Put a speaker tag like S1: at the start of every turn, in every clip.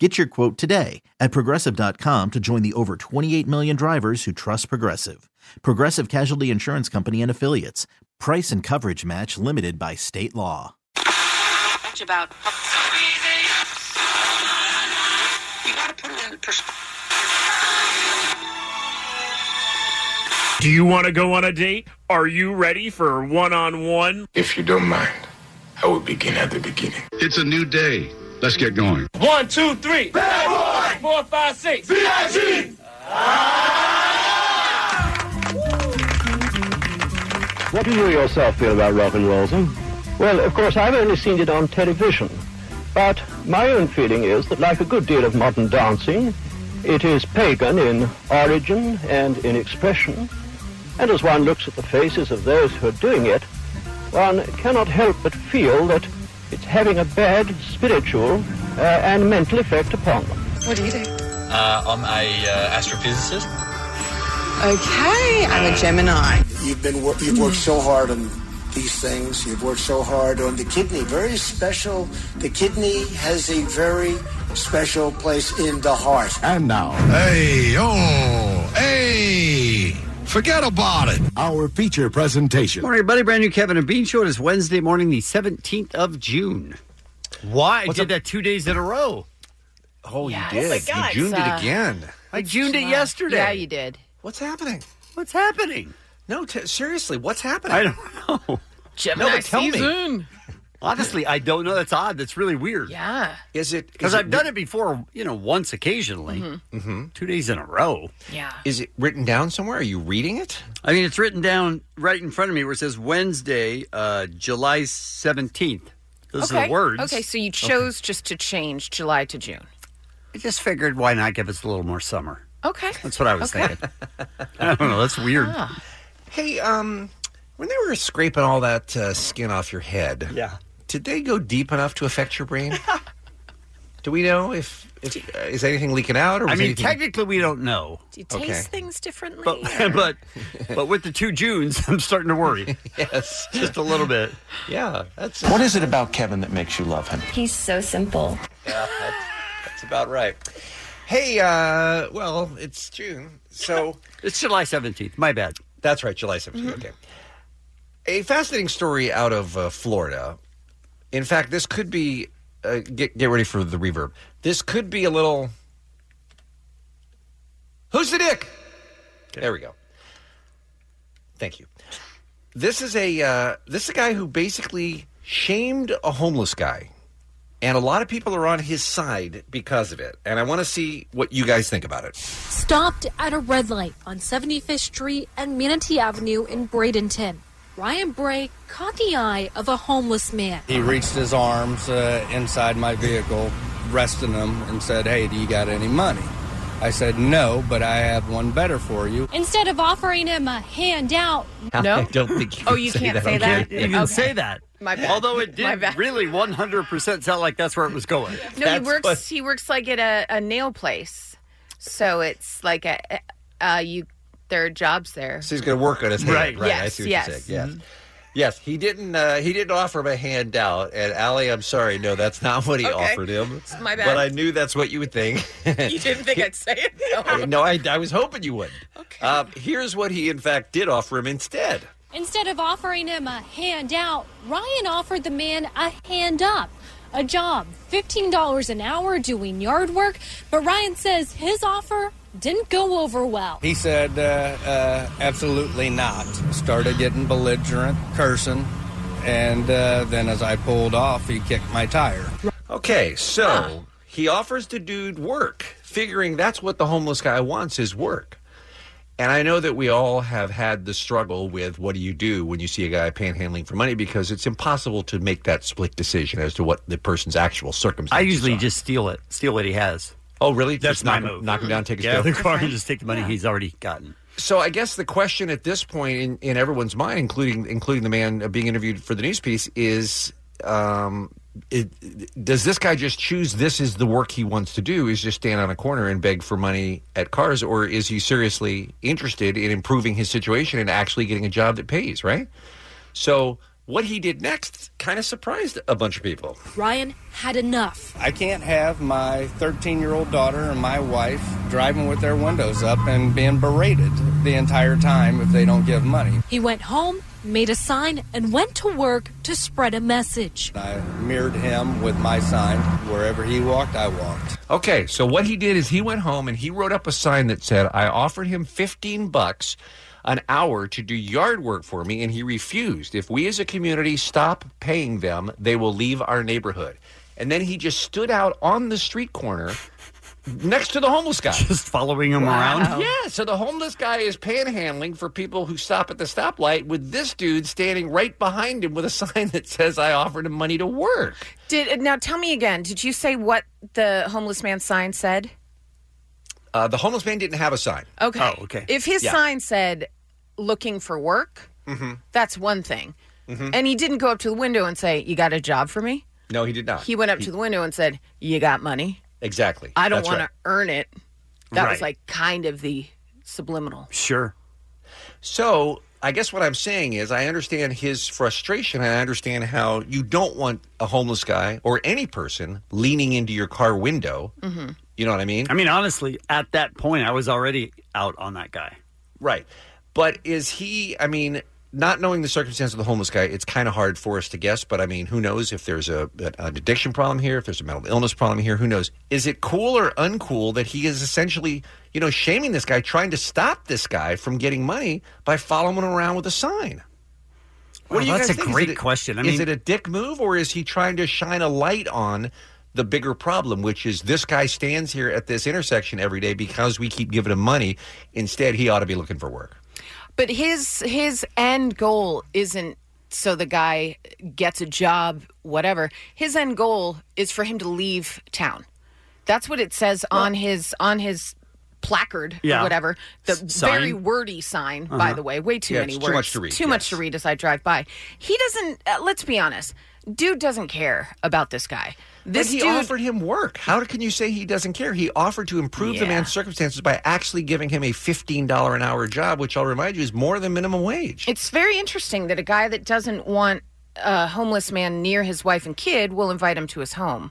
S1: Get your quote today at progressive.com to join the over 28 million drivers who trust Progressive. Progressive Casualty Insurance Company and Affiliates. Price and coverage match limited by state law.
S2: much about. We gotta put it in perspective.
S3: Do you want to go on a date? Are you ready for one on one?
S4: If you don't mind, I will begin at the beginning.
S5: It's a new day. Let's get going.
S3: One, two, three. Bad boy. Four, five, six.
S6: What do you yourself feel about rock and roll, sir? Well, of course, I've only seen it on television. But my own feeling is that, like a good deal of modern dancing, it is pagan in origin and in expression. And as one looks at the faces of those who are doing it, one cannot help but feel that it's having a bad spiritual uh, and mental effect upon them.
S7: What do you do?
S8: Uh, I'm a uh, astrophysicist.
S7: Okay, I'm a Gemini.
S9: You've been wor- you've worked so hard on these things. You've worked so hard on the kidney. Very special. The kidney has a very special place in the heart.
S5: And now. Hey, oh, hey. Forget about it. Our feature presentation.
S10: Morning, everybody. Brand new Kevin and Bean Show. It is Wednesday morning, the 17th of June. Why? I did that two days in a row.
S11: Oh, you did. you Juned
S10: uh,
S11: it again.
S10: I Juned it yesterday.
S12: Yeah, you did.
S11: What's happening?
S10: What's happening?
S11: No, t- seriously, what's happening?
S10: I don't know.
S12: Gemini
S11: No, but tell me.
S12: season.
S10: Honestly, I don't know. That's odd. That's really weird.
S12: Yeah.
S11: Is it
S10: Because I've done it before, you know, once occasionally,
S11: Mm-hmm.
S10: two days in a row.
S12: Mm-hmm. Yeah.
S11: Is it written down somewhere? Are you reading it?
S10: I mean, it's written down right in front of me where it says Wednesday, uh, July 17th. Those are
S12: okay.
S10: the words.
S12: Okay, so you chose just to change July to June.
S10: I just figured why not give us a little more summer?
S12: Okay.
S10: That's what I was
S12: Okay.
S10: thinking. I don't know. That's
S12: Ah.
S10: weird.
S11: Hey, um, when they were scraping all that uh, skin off your head,
S10: Yeah.
S11: did they go deep enough to affect your brain? Do we know if, if uh, is anything leaking out or?
S10: I
S11: was
S10: mean,
S11: anything- Oh,
S10: technically, we don't know,
S12: Do you
S11: Okay.
S12: taste things differently?
S10: but
S12: or-
S10: but but with the two Junes, I'm starting to worry
S11: yes,
S10: just a little bit.
S11: yeah, that's
S8: What is it about Kevin that makes you love him?
S7: He's so simple.
S11: that's about right. Hey, uh, well, it's June, so.
S10: It's July 17th. My bad. Mm-hmm.
S11: That's right, July 17th. Okay. A fascinating story out of uh, Florida. In fact, this could be uh, get get ready for the reverb. This could be a little. Who's the dick? There we go. Thank you. This is a uh, this is a guy who basically shamed a homeless guy, and a lot of people are on his side because of it. And I want to see what you guys think about it.
S13: stopped at a red light on 75th Street and Manatee Avenue in Bradenton. Ryan Bray caught the eye of a homeless man.
S8: He reached his arms uh, inside my vehicle, resting them, and said, Hey, do you got any money? I said, No, but I have one better for you.
S13: Instead of offering him a handout,
S12: No?
S11: I don't think you
S12: Oh,
S11: can
S12: you
S11: say
S12: can't
S11: that
S12: say
S11: on
S12: that?
S11: camera.
S10: Even say that.
S12: My bad.
S10: Although it
S12: My
S10: did
S12: bad.
S10: really 100% sound like that's where it was going.
S12: no, he works. He works like at a, a nail place, so it's like a uh, you. There are jobs there.
S11: So he's going to work on his hand.
S10: Right. Mm-hmm.
S11: Right. I
S12: Yes,
S11: see what
S12: yes.
S11: you're saying. Yes. Yes. He didn't. Uh, he didn't offer him a handout. And Allie, I'm sorry. No, that's not what he
S12: Okay.
S11: offered him.
S12: my bad.
S11: But I knew that's what you would think.
S12: You didn't think I'd say it? No.
S11: no, I, I was hoping you would. Okay. Uh, here's what he, in fact, did offer him instead.
S13: instead of offering him a handout, Ryan offered the man a hand up, a job, $15 an hour doing yard work, but Ryan says his offer didn't go over well.
S8: He said, uh, uh, Absolutely not. Started getting belligerent, cursing, and uh, then as I pulled off, he kicked my tire.
S11: Okay. So he offers the dude work, figuring that's what the homeless guy wants is work. And I know that we all have had the struggle with what do you do when you see a guy panhandling for money because it's impossible to make that split decision as to what the person's actual circumstances.
S10: I usually
S11: are.
S10: just steal it, steal what he has.
S11: Oh, really?
S10: That's
S11: just
S10: my
S11: knock, him-
S10: move.
S11: Knock him down, take his
S10: Get out of
S11: dough.
S10: the car and just take the money he's already gotten.
S11: So I guess the question at this point in, in everyone's mind, including including the man uh, being interviewed for the news piece, is um, it, does this guy just choose this is the work he wants to do? Is just stand on a corner and beg for money at cars, or is he seriously interested in improving his situation and actually getting a job that pays? Right. So what he did next kind of surprised a bunch of people.
S13: Ryan had enough.
S3: I can't have my 13 year old daughter and my wife driving with their windows up and being berated the entire time if they don't give money.
S13: He went home, made a sign, and went to work to spread a message.
S3: I mirrored him with my sign. Wherever he walked, I walked.
S11: Okay, so what he did is he went home and he wrote up a sign that said, I offered him 15 bucks an hour to do yard work for me, and he refused. If we as a community stop paying them, they will leave our neighborhood. And then he just stood out on the street corner next to the homeless guy.
S10: Just following him around.
S11: Yeah, so the homeless guy is panhandling for people who stop at the stoplight with this dude standing right behind him with a sign that says, I offered him money to work.
S12: Did uh, now tell me again? Did you say what the homeless man's sign said?
S11: Uh, the homeless man didn't have a sign.
S12: Okay.
S10: Oh,
S12: If his sign said "looking for work,"
S11: Mm-hmm.
S12: that's one thing.
S10: Hmm. Mm-hmm.
S11: Mhm.
S12: And he didn't go up to the window and say, "You got a job for me."
S11: No, he did
S10: Uh,
S11: not.
S12: He went up to the window and said, "You got money.
S11: Exactly.
S12: I don't
S11: That's
S12: want to
S11: right.
S12: earn it." That was
S11: Right.
S12: like kind of the subliminal.
S11: Sure. So I guess what I'm saying is I understand his frustration. and I understand how you don't want a homeless guy or any person leaning into your car window.
S10: Mm-hmm.
S11: You know what I mean?
S10: I mean, honestly, at that point, I was already out on that guy.
S11: Right. But is he, I mean, not knowing the circumstance of the homeless guy, it's kind of hard for us to guess. But I mean, who knows if there's a, an addiction problem here, if there's a mental illness problem here, who knows? Is it cool or uncool that he is essentially, you know, shaming this guy, trying to stop this guy from getting money by following him around with a sign? What
S10: Wow,
S11: do you
S10: that's
S11: guys
S10: a
S11: think? Is
S10: great
S11: it
S10: question. I
S11: is
S10: mean-
S11: it a dick move or is he trying to shine a light on the bigger problem, which is this guy stands here at this intersection every day because we keep giving him money. Instead, he ought to be looking for work.
S12: But his his end goal isn't so the guy gets a job, whatever. His end goal is for him to leave town. That's what it says on his on his placard
S14: Yeah.
S12: or whatever. The
S14: S- sign.
S12: very wordy sign, by
S14: Uh-huh.
S12: the way. Way too
S14: Yeah,
S12: many
S14: it's
S12: words.
S14: too much to read,
S12: Too much to read as I drive by. He doesn't. Uh, let's be honest. Dude doesn't care about this guy. This
S11: but he
S12: dude.
S11: offered him work. How can you say he doesn't care? He offered to improve the
S12: Yeah.
S11: man's circumstances by actually giving him a fifteen dollar an hour job, which I'll remind you is more than minimum wage.
S12: It's very interesting that a guy that doesn't want a homeless man near his wife and kid will invite him to his home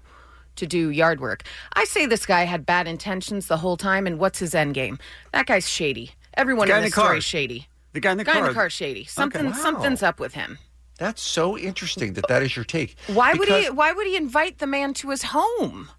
S12: to do yard work. I say this guy had bad intentions the whole time, and what's his end game? That guy's shady. Everyone
S10: The guy
S12: in
S10: in
S12: this
S10: the car.
S12: story is shady.
S10: The guy in the
S12: guy
S10: car.
S12: in the car is shady. Something
S10: Wow.
S12: something's up with him.
S11: That's so interesting that that is your take.
S12: Why would he?
S11: Because-
S12: Why would he invite the man to his home?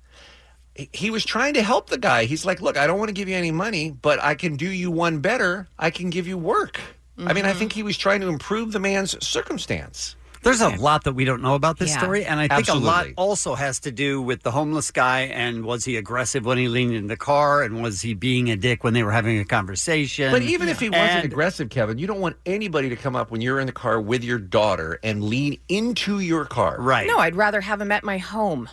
S11: he was trying to help the guy. He's like, "Look, I don't want to give you any money, but I can do you one better. I can give you work." I mean, I
S12: Mm-hmm.
S11: think he was trying to improve the man's circumstance.
S10: There's a lot that we don't know about this
S11: Yeah.
S10: story, and I think a lot
S11: Absolutely.
S10: also has to do with the homeless guy and was he aggressive when he leaned in the car, and was he being a dick when they were having a conversation?
S11: But even if he wasn't
S10: And-
S11: aggressive, Kevin, you don't want anybody to come up when you're in the car with your daughter and lean into your car. Right.
S12: No, I'd rather have him at my home.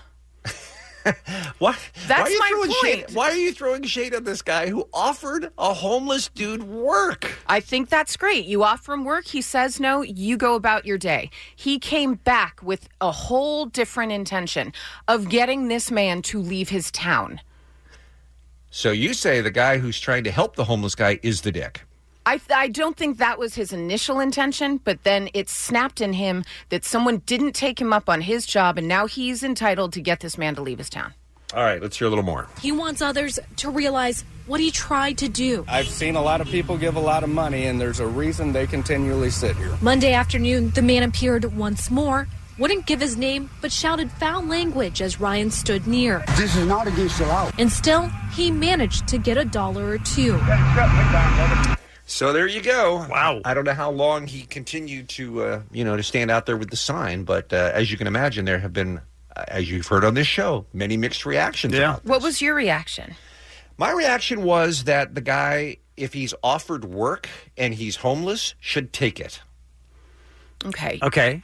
S11: What?
S12: That's
S11: why are you
S12: my
S11: throwing
S12: point.
S11: Shade, why are you throwing shade on this guy who offered a homeless dude work?
S12: I think that's great. You offer him work, he says no, you go about your day. He came back with a whole different intention of getting this man to leave his town.
S11: So you say the guy who's trying to help the homeless guy is the dick.
S12: I, I don't think that was his initial intention, but then it snapped in him that someone didn't take him up on his job, and now he's entitled to get this man to leave his town.
S11: All right, let's hear a little more.
S13: He wants others to realize what he tried to do.
S3: I've seen a lot of people give a lot of money, and there's a reason they continually sit here.
S13: Monday afternoon, the man appeared once more, wouldn't give his name, but shouted foul language as Ryan stood near.
S15: This is not against the law.
S13: And still, he managed to get a dollar or two.
S11: So there you go. Wow. I don't know how long he continued to, uh, you know, to stand out there with the sign, but uh, as you can imagine, there have been, uh, as you've heard on this show, many mixed reactions. Yeah.
S12: What was your reaction?
S11: My reaction was that the guy, if he's offered work and he's homeless, should take it.
S12: Okay.
S10: Okay.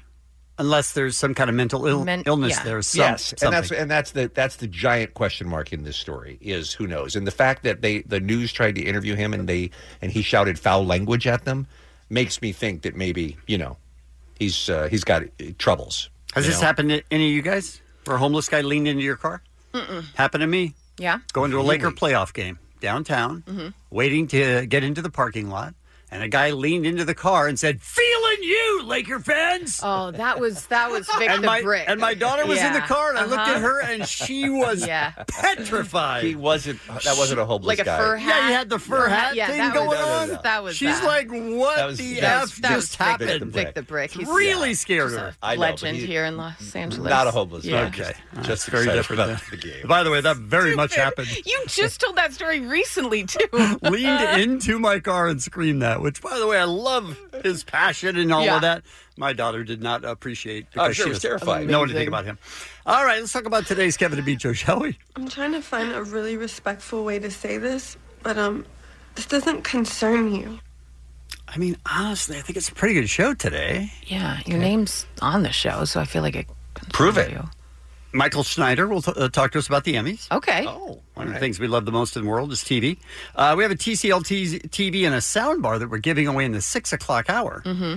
S10: unless there's some kind of mental Ill- illness there. Some,
S11: yes, and that's
S10: something.
S11: and that's the that's the giant question mark in this story is who knows, and the fact that they the news tried to interview him and they and he shouted foul language at them makes me think that maybe you know he's uh, he's got uh, troubles.
S10: Has
S11: you
S10: this
S11: know?
S10: happened to any of you guys? Where a homeless guy leaned into your car?
S12: Mm-mm.
S10: Happened to me.
S12: Yeah.
S10: Going to a Laker playoff game downtown,
S12: Mm-hmm.
S10: waiting to get into the parking lot, and a guy leaned into the car and said, "Feeling you, Laker fans."
S12: Oh, that was that was Vic
S10: and
S12: the
S10: my
S12: Brick.
S10: and my daughter was in the
S12: Yeah.
S10: car, and I looked at
S12: Uh-huh.
S10: her, and she was
S12: Yeah.
S10: petrified.
S11: He wasn't. That wasn't a homeless
S12: Like a
S11: guy.
S12: fur hat.
S10: Yeah, he had the fur hat
S12: yeah,
S10: thing
S12: that
S10: going
S12: was,
S10: on.
S12: That was.
S10: She's
S12: that.
S10: like, "What
S11: That was-
S10: the
S11: that
S10: f
S11: was-
S12: that was
S10: just
S12: Vic the
S10: happened?"
S12: Vic the Brick. He's
S10: really scared
S12: he's
S10: her.
S12: a legend here in Los Angeles.
S11: Not a homeless guy.
S12: Yeah.
S10: Okay,
S11: Just,
S10: That's
S11: just
S10: very
S11: excited
S10: different.
S11: about the
S10: then.
S11: game.
S10: By the way, that very much happened.
S12: You just told that story recently too.
S10: Leaned into my car and screamed that. Which, by the way, I love his passion and all
S12: Yeah.
S10: of that. My daughter did not appreciate
S11: I'm
S10: because
S11: Oh, sure
S10: she
S11: it was
S10: was
S11: terrifying.
S10: Know anything
S11: Amazing.
S10: about him? All right, let's talk about today's Kevin and Beach shall we?
S15: I'm trying to find a really respectful way to say this, but um, this doesn't concern you.
S10: I mean, honestly, I think it's a pretty good show today.
S12: Yeah, your name's on the show, so I feel like it.
S10: Prove it. Michael Schneider will t- uh, talk to us about the Emmys.
S12: Okay.
S10: Oh, one of the things we love the most in the world is TV. Uh, we have a TCLT TV and a sound bar that we're giving away in the six o'clock hour.
S12: Mm-hmm.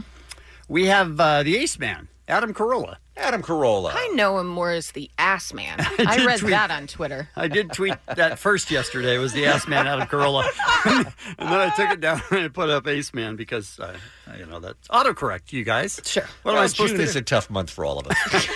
S10: We have uh, the Ace Man, Adam Carolla.
S11: Adam Carolla.
S12: I know him more as the ass man. I
S10: did
S12: read
S10: tweet-
S12: that on Twitter.
S10: I did tweet that first yesterday was the ass man out of Corolla, and then I took it down and I put up ace man because uh, you know that's autocorrect. You guys, sure. What am
S11: Well,
S10: I supposed
S11: June
S10: to
S11: is
S10: do?
S11: a tough month for all of us.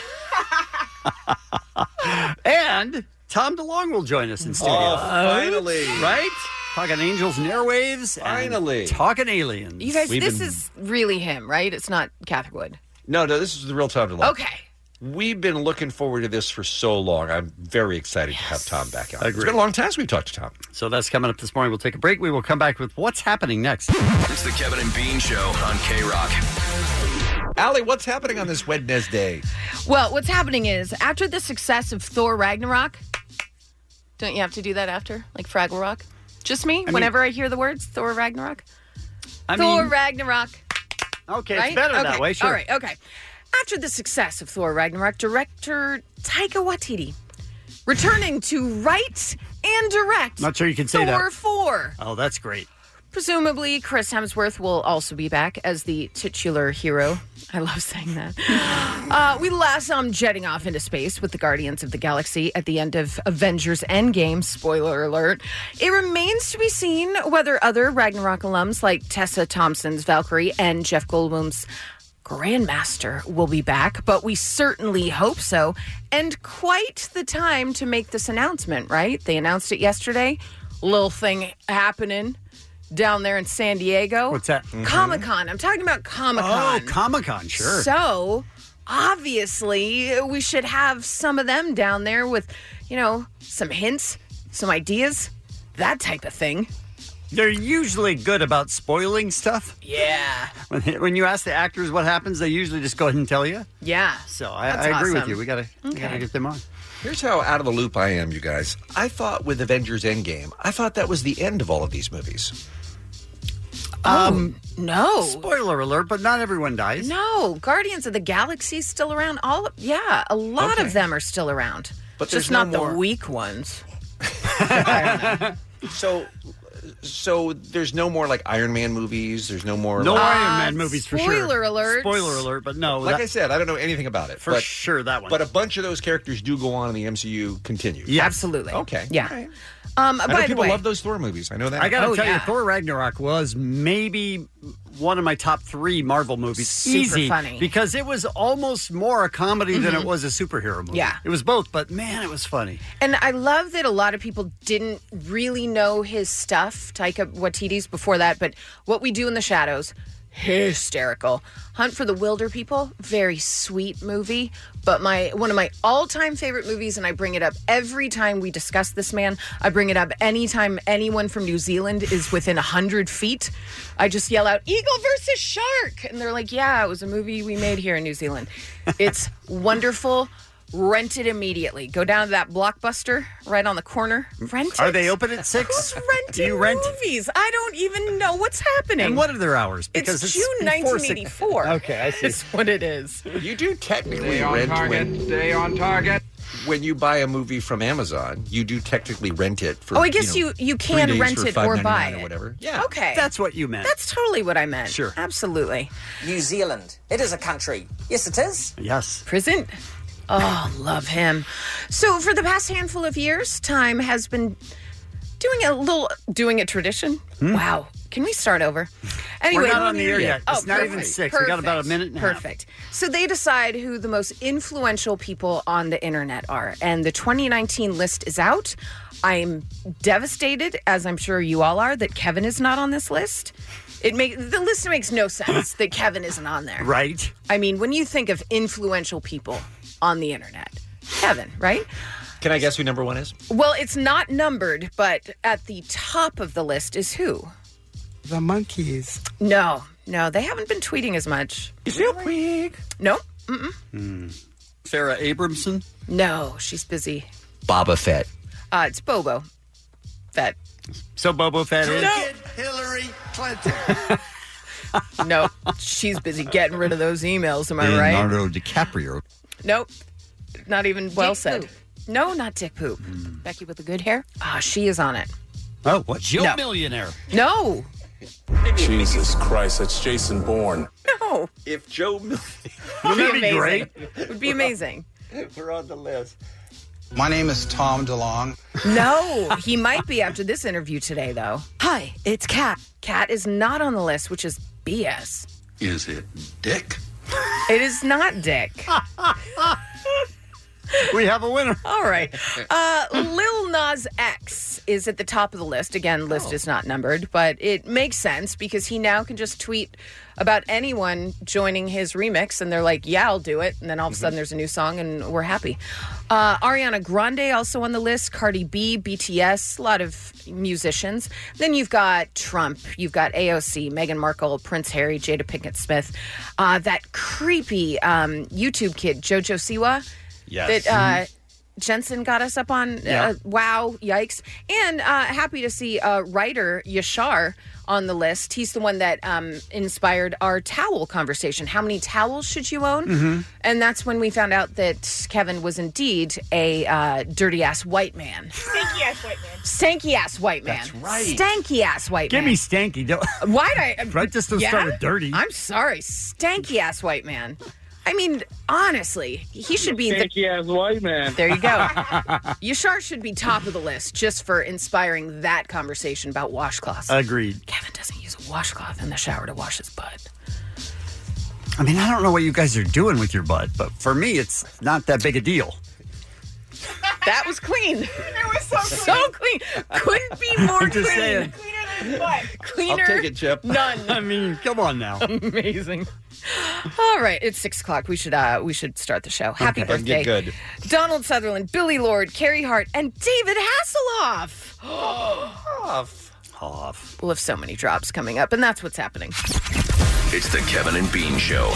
S10: and Tom DeLong will join us in studio.
S11: Oh, finally.
S10: right? Talking angels and airwaves. Finally, talking aliens.
S12: You guys, this is really him, right? It's not Catherick Wood.
S11: No, no, this is the real time to love.
S12: Okay.
S11: We've been looking forward to this for so long. I'm very excited to have Tom back on. It's
S10: Agreed.
S11: been a long time since we talked to Tom.
S10: So that's coming up this morning. We'll take a break. We will come back with what's happening next.
S16: It's the Kevin and Bean Show on K Rock.
S11: Allie, what's happening on this Wednesday?
S12: Well, what's happening is after the success of Thor Ragnarok, don't you have to do that after, like Fraggle Rock? Just me.
S10: mean-
S12: Whenever I hear the words Thor Ragnarok,
S10: I
S12: Thor
S10: mean-
S12: Ragnarok.
S10: Okay,
S12: right?
S10: it's better that
S12: Okay,
S10: way. Sure.
S12: All right. Okay. After the success of Thor Ragnarok, director Taika Waititi returning to write and direct.
S10: Not sure you can say that.
S12: Thor Four.
S10: Oh, that's great.
S12: Presumably, Chris Hemsworth will also be back as the titular hero. I love saying that. Uh, we last saw him jetting off into space with the Guardians of the Galaxy at the end of Avengers Endgame. Spoiler alert. It remains to be seen whether other Ragnarok alums like Tessa Thompson's Valkyrie and Jeff Goldblum's Grandmaster will be back, but we certainly hope so. And quite the time to make this announcement, right? They announced it yesterday. Little thing happening down there in San Diego.
S10: What's that?
S12: Comic Con. I'm talking about Comic Con.
S10: Oh, Comic Con, sure.
S12: So obviously, we should have some of them down there with, you know, some hints, some ideas, that type of thing.
S10: They're usually good about spoiling stuff.
S12: Yeah.
S10: When, when you ask the actors what happens, they usually just go ahead and tell you.
S12: Yeah.
S10: So I,
S11: That's
S10: I agree with
S11: awesome.
S10: you. We gotta, we gotta
S11: Okay.
S10: get them on.
S11: Here's how out of the loop I am, you guys. I thought with Avengers Endgame, I thought that was the end of all of these movies.
S10: Um,
S12: no.
S10: Spoiler alert, but not everyone dies.
S12: No, Guardians of the Galaxy is still around. All yeah, a lot of them are still around.
S11: But
S12: just
S11: there's no
S12: not
S11: more-
S12: the weak ones.
S11: So, so there's no more like Iron Man movies. There's no more.
S10: No
S11: like-
S10: Iron Man movies for sure.
S12: spoiler alert.
S10: Spoiler alert, but no.
S11: Like
S10: that-
S11: I said, I don't know anything about it
S10: For
S11: but-
S10: sure, that one.
S11: But a bunch of those characters do go on, and the MCU continues.
S10: Yes.
S12: Absolutely.
S11: Okay.
S12: Yeah.
S11: All right.
S12: Um,
S11: I know
S12: by the
S11: people
S12: way,
S11: love those Thor movies. I know that.
S10: I gotta
S12: Oh,
S10: tell you, Thor Ragnarok was maybe one of my top three Marvel movies.
S12: Super
S10: Easy,
S12: funny.
S10: because it was almost more a comedy than it
S12: Mhm.
S10: was a superhero movie.
S12: Yeah.
S10: it was both, but man, it was funny.
S12: And I love that a lot of people didn't really know his stuff, Taika Waititi's before that, but What We Do in the Shadows, hysterical. Hunt for the Wilder People, very sweet movie, but my one of my all-time favorite movies and I bring it up every time we discuss this man. I bring it up anytime anyone from New Zealand is within 100 feet. I just yell out Eagle versus Shark and they're like, "Yeah, it was a movie we made here in New Zealand." It's wonderful Rent it immediately. Go down to that Blockbuster right on the corner. Rent
S10: Are
S12: it.
S10: they open at six?
S12: Who's renting
S10: you rent?
S12: movies? I don't even know what's happening.
S10: And what are their hours? Because it's
S12: it's, June
S10: before six-
S12: 1984.
S10: Okay, I see.
S12: It's what it is.
S11: You do technically
S12: Stay on
S11: rent
S12: target,
S11: when, stay on target. When you buy a movie from Amazon, you do technically rent it for
S12: oh, I guess
S11: you
S12: you
S11: know,
S12: you,
S11: three
S12: can
S11: days
S12: rent
S11: for
S12: it or
S11: $5.99
S12: buy
S11: or
S12: it.
S11: whatever.
S17: Yeah,
S12: Okay.
S17: that's what you meant.
S12: That's totally what I meant.
S17: Sure.
S12: Absolutely.
S17: New Zealand. It is a country. Yes, it is.
S10: Yes.
S12: Prison. Oh, love him. So for the past handful of years, time has been doing a little doing a tradition. Wow. Can we start over? Anyway,
S10: We're not on the air yet.
S12: Oh,
S10: It's not even
S12: perfect.
S10: six. We got about a
S12: Perfect.
S10: minute and a half.
S12: Perfect. So they decide who the most influential people on the internet are, and the 2019 list is out. I'm devastated, as I'm sure you all are, that Kevin is not on this list. It make the list makes no sense that Kevin isn't on there.
S10: Right?
S12: I mean, when you think of influential people on the internet, Kevin, right?
S11: Can I guess who number one is?
S12: Well, it's not numbered, but at the top of the list is who?
S17: The monkeys.
S12: No, no, they haven't been tweeting as much.
S10: Zipwig.
S12: No, mm-mm.
S10: Hmm. Sarah Abramson.
S12: no, she's busy.
S11: Boba Fett.
S12: Uh, it's Bobo. Fett.
S10: So Bobo Fett is.
S12: Hillary Clinton. no, she's busy getting rid of those emails. Am I right?
S17: Leonardo DiCaprio.
S12: Nope. Not even well said. No, not Dick Poop. Becky with the good hair. Ah, she is on it.
S10: Oh, what? Jill
S12: No.
S10: Millionaire.
S12: No,
S18: Jesus Christ, that's Jason Bourne.
S12: no.
S11: If Joe Mil-
S10: that
S12: Wouldn't
S10: be great?
S12: It would be amazing.
S10: We're on the list.
S3: My name is Tom DeLong.
S12: No, he might be after this interview today, though. Hi, it's Kat. Kat is not on the list, which is BS.
S16: Is it dick?
S12: It is not Dick.
S10: we have a winner.
S12: All right. Uh, Lil Nas X is at the top of the list. Again, list
S10: Oh.
S12: is not numbered, but it makes sense because he now can just tweet about anyone joining his remix, and they're like, "Yeah, I'll do it." And then all of
S10: Mm-hmm.
S12: a sudden, there's a new song, and we're happy. Uh, Ariana Grande also on the list. Cardi B, BTS, a lot of musicians. Then you've got Trump. You've got AOC, Meghan Markle, Prince Harry, Jada Pinkett Smith. Uh, that creepy um, YouTube kid, JoJo Siwa.
S9: Yes.
S12: That. Uh,
S10: Mm-hmm.
S12: Jensen got us up on
S9: Yeah.
S12: uh, wow, yikes. And uh, happy to see uh, writer Yashar on the list. He's the one that um, inspired our towel conversation. How many towels should you own?
S10: Mm-hmm.
S9: Mhm.
S12: And that's when we found out that Kevin was indeed a uh, dirty ass white man.
S9: Stinky ass white man.
S12: Stanky ass white man.
S9: That's right.
S12: Stanky ass white
S10: Give
S12: man.
S10: me Stanky. Don't-
S12: Why'd I?
S10: Right, just to
S12: Yeah?
S10: start with dirty.
S12: I'm sorry, stanky ass white man. I mean, honestly, he should be the
S8: Stanky ass white man.
S12: There you go. Yashar should be top of the list just for inspiring that conversation about washcloths.
S10: Agreed.
S12: Kevin doesn't use a washcloth in the shower to wash his butt.
S10: I mean, I don't know what you guys are doing with your butt, but for me, it's not that big a deal.
S12: That was clean. it was so clean. So clean. Couldn't be more
S10: I'm
S12: clean.
S10: just saying.
S12: Cleaner. None.
S10: I mean, come on now.
S12: Amazing. All right, it's six o'clock. We should uh, we should start the show. Happy
S10: Okay.
S12: birthday,
S10: Get good.
S12: Donald Sutherland, Billy Lord, Carrie Hart, and David Hasselhoff.
S10: Oh,
S11: Off.
S10: Off.
S12: We'll have so many drops coming up, and that's what's happening.
S16: It's the Kevin and Bean Show.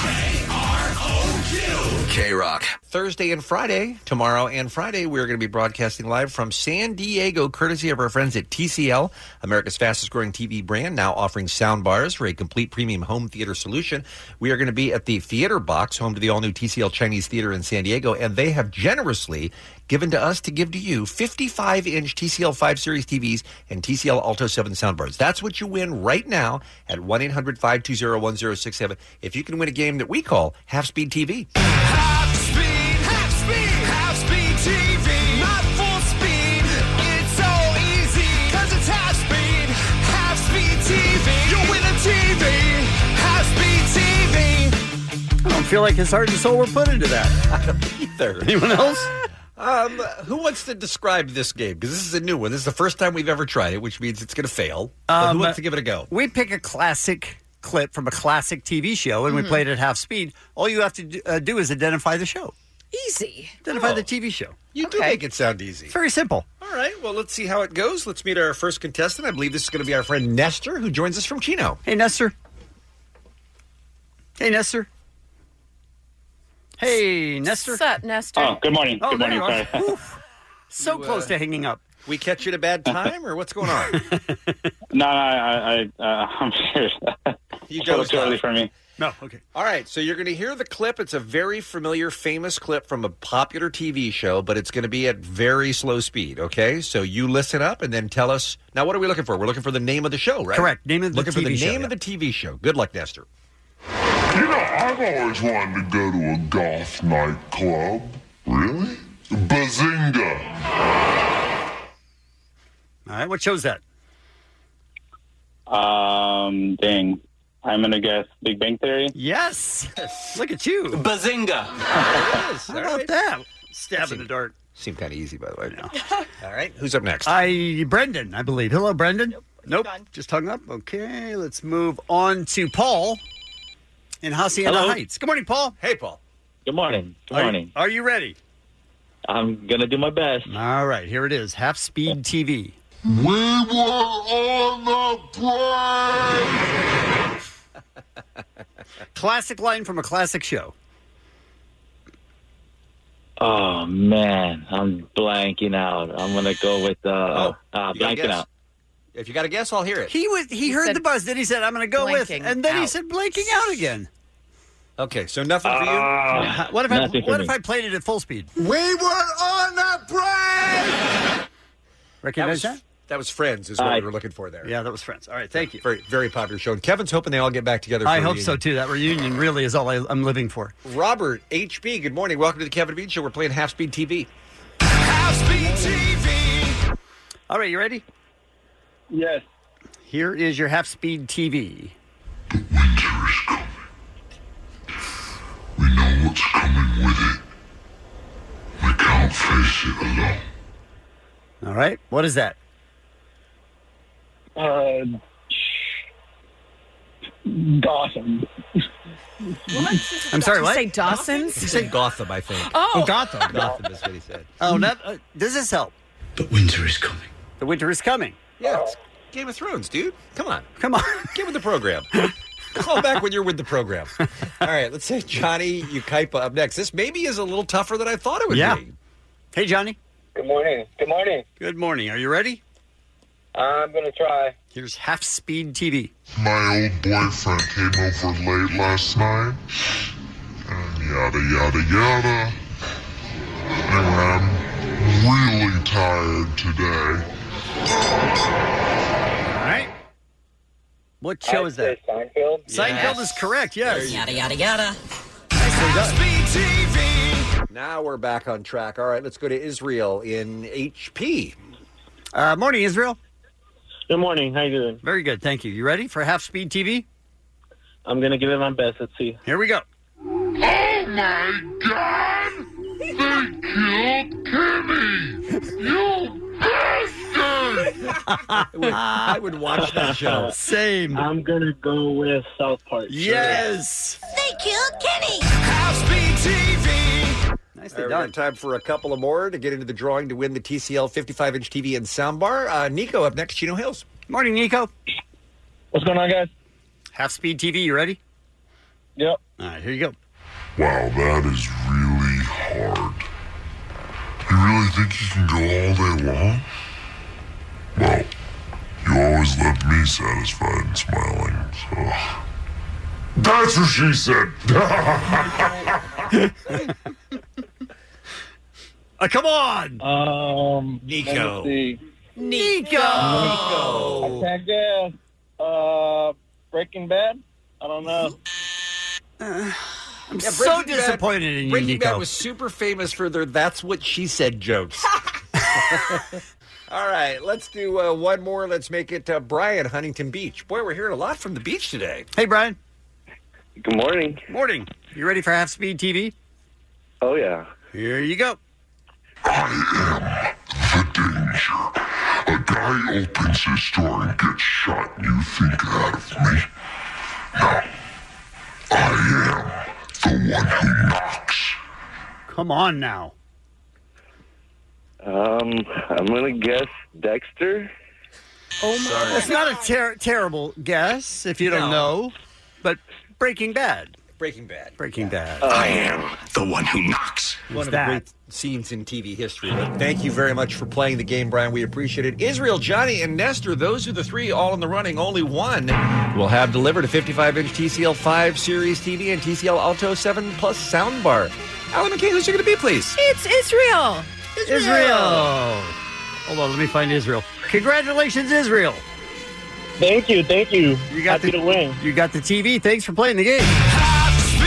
S11: K Rock. Thursday and Friday, tomorrow and Friday, we're going to be broadcasting live from San Diego, courtesy of our friends at TCL, America's fastest growing TV brand, now offering sound bars for a complete premium home theater solution. We are going to be at the Theater Box, home to the all new TCL Chinese Theater in San Diego, and they have generously given to us to give to you 55 inch TCL 5 Series TVs and TCL Alto 7 soundbars. That's what you win right now at 1 800 520 1067 if you can win a game that we call Half Speed TV.
S9: Half speed, half speed, half speed TV. Not full speed. It's so easy. Cause it's half speed, half speed TV. You win a TV. Half speed TV.
S10: I don't feel like his heart and soul were put into that.
S11: Either.
S10: Anyone else?
S11: Um, who wants to describe this game? Because this is a new one. This is the first time we've ever tried it, which means it's going to fail. But
S10: Um,
S11: who wants to give it a go?
S10: We pick a classic clip from a classic TV show and
S12: Mhm.
S10: we play it at half speed. All you have to do, uh, do is identify the show,
S12: Easy.
S10: identify the TV show.
S11: You do make it sound easy.
S10: Very simple.
S11: All right. Well, let's see how it goes. Let's meet our first contestant. I believe this is going to be our friend Nestor, who joins us from Chino.
S10: Hey, Nestor. Hey, Nestor. Hey, Nestor.
S12: Sup, Nestor?
S10: Oh, good morning. Oh, Good there morning, you are. sorry.
S8: so
S10: close to
S8: hanging up.
S10: We catch you at a bad time, or what's going on?
S8: No, no, I, I, uh, I'm serious.
S11: You
S8: It's a little
S11: dozed
S8: too early
S11: off.
S8: for me.
S10: No, okay.
S11: All right, so you're going to hear the clip. It's a very familiar, famous clip from a popular TV show, but it's going to be at very slow speed, okay? So you listen up and then tell us. Now, what are we looking for? We're looking for the name of the show, right?
S10: Correct, name of the
S11: looking for
S10: TV
S11: the
S10: show,
S11: name of the TV show. Good luck, Nestor.
S19: You know, I've always wanted to go to a goth nightclub. Really? Bazinga!
S10: All right, what show's that?
S8: Um, dang. I'm going to guess Big Bang Theory.
S10: Yes. Look at you.
S11: Bazinga.
S10: How about that? Stab in the dark.
S11: Seemed kind of easy, by the way. All right, who's up next?
S10: I Brendan, I believe. Hello, Brendan. Nope, just hung up. Okay, let's move on to Paul in Hacienda
S20: Hello.
S10: Heights. Good morning, Paul. Hey, Paul.
S20: Good morning. Good
S10: Are you-
S20: morning.
S10: Are you ready?
S20: I'm going to do my best.
S10: All right, here it is. Half speed TV.
S19: We were on the break!
S10: Classic line from a classic show.
S20: Oh, man. I'm blanking out. I'm going to go with uh, uh,
S11: Oh, you gotta
S20: blanking
S11: guess.
S20: out.
S11: If you got a guess, I'll hear it.
S10: He was he, heard the buzz, then he said, I'm gonna go with
S20: blanking
S10: and then he
S20: out.
S10: said blanking out again.
S11: Okay, so nothing for you?
S10: Uh, what if I what if I played it at full speed?
S9: We were on a break.
S10: Recognize
S11: that? Was,
S10: that?
S11: that was Friends, is what
S10: All right.
S11: we were looking for there.
S10: Yeah, that was Friends. All right, thank you.
S11: Very, very popular show. And Kevin's hoping they all get back together. For
S10: I
S11: a
S10: hope so
S11: reunion.
S10: too. That reunion really is all I, I'm living for.
S11: Robert HB, good morning. Welcome to the Kevin and Bean Show. We're playing Half Speed TV.
S9: Half speed TV.
S10: All right, you ready? Yes. Here is your half speed TV.
S19: What's coming with it? We can't face it alone.
S10: All right, what is that?
S21: Uh, Dawson.
S10: I'm sorry, what?
S12: Say Dawson's?
S11: He said Gotham, I think.
S12: Oh. Oh,
S10: Gotham.
S11: Gotham is what he said.
S10: Oh, that, uh, does this help?
S11: But winter is coming.
S10: The winter is coming.
S11: Yeah, it's Game of Thrones, dude. Come on.
S10: Come on.
S11: Get with the program. Call back when you're with the program. All right, let's say Johnny Ukaipa up next. This maybe is a little tougher than I thought it would
S10: Yeah.
S11: be.
S10: Hey, Johnny.
S22: Good morning. Good morning.
S10: Good morning. Are you ready?
S22: I'm going to try.
S10: Here's half speed TV.
S19: My old boyfriend came over late last night. And yada, yada, yada. Anyway, I'm really tired today.
S10: All right. What show is that?
S22: Seinfeld.
S10: Seinfeld is correct. Yes.
S22: Yada,
S10: yada yada.
S11: Now we're back on track. All right, let's go to Israel in HP.
S10: Uh, morning, Israel.
S22: Good morning. How you doing?
S10: Very good. Thank you. You ready for half speed TV?
S22: I'm going to give it my best. Let's see.
S10: Here we go.
S19: Oh my god! They killed Kimmy! You bastard!
S11: I would, I would watch that show.
S10: Same.
S22: I'm going to go with South Park.
S10: Yes.
S9: They killed Kenny. Half speed TV.
S11: Nicely done. Time for a couple of more to get into the drawing to win the TCL 55 inch TV and soundbar. Uh, Nico up next, Chino Hills.
S10: Morning, Nico.
S22: What's going on, guys?
S10: Half speed TV. You ready?
S22: Yep.
S10: All right. Here you go.
S19: Wow, that is really hard. You really think you can go all day long? Well, you always left me satisfied and smiling, so. That's what she said!
S10: Uh, come on.
S22: Um,
S11: Nico.
S22: let me see.
S10: Nico.
S22: I can't guess. Uh, Breaking Bad? I don't know.
S10: Uh, I'm
S11: Yeah,
S10: so
S11: Breaking Bad-
S10: disappointed in you,
S11: Breaking
S10: Nico.
S11: Bad was super famous for their "That's what she said" jokes. All right, let's do uh, one more. Let's make it uh, Brian Huntington Beach. Boy, we're hearing a lot from the beach today.
S10: Hey, Brian.
S22: Good morning.
S10: Morning. You ready for half speed TV?
S22: Oh, yeah.
S10: Here you go.
S19: A guy opens his door and gets shot. You think that of me? No. I am the one who knocks.
S10: Come on now.
S22: Um, I'm going to guess Dexter.
S10: Oh my! It's not a ter- terrible guess if you don't know, but Breaking Bad. Breaking Bad. Breaking Bad.
S16: I am the one who knocks.
S10: One of the great scenes in TV history. But thank you very much for playing the game, Brian. We appreciate it.
S11: Israel, Johnny, and Nestor, those are the three all in the running. Only one will have delivered a 55 inch TCL 5 Series TV and TCL Alto 7 Plus soundbar. Alan McKay, who's it going to be, please?
S12: It's Israel.
S10: Israel. Hold on, let me find Israel. Congratulations, Israel. Thank you, thank you. You got the, win. You got the TV. Thanks for playing the game.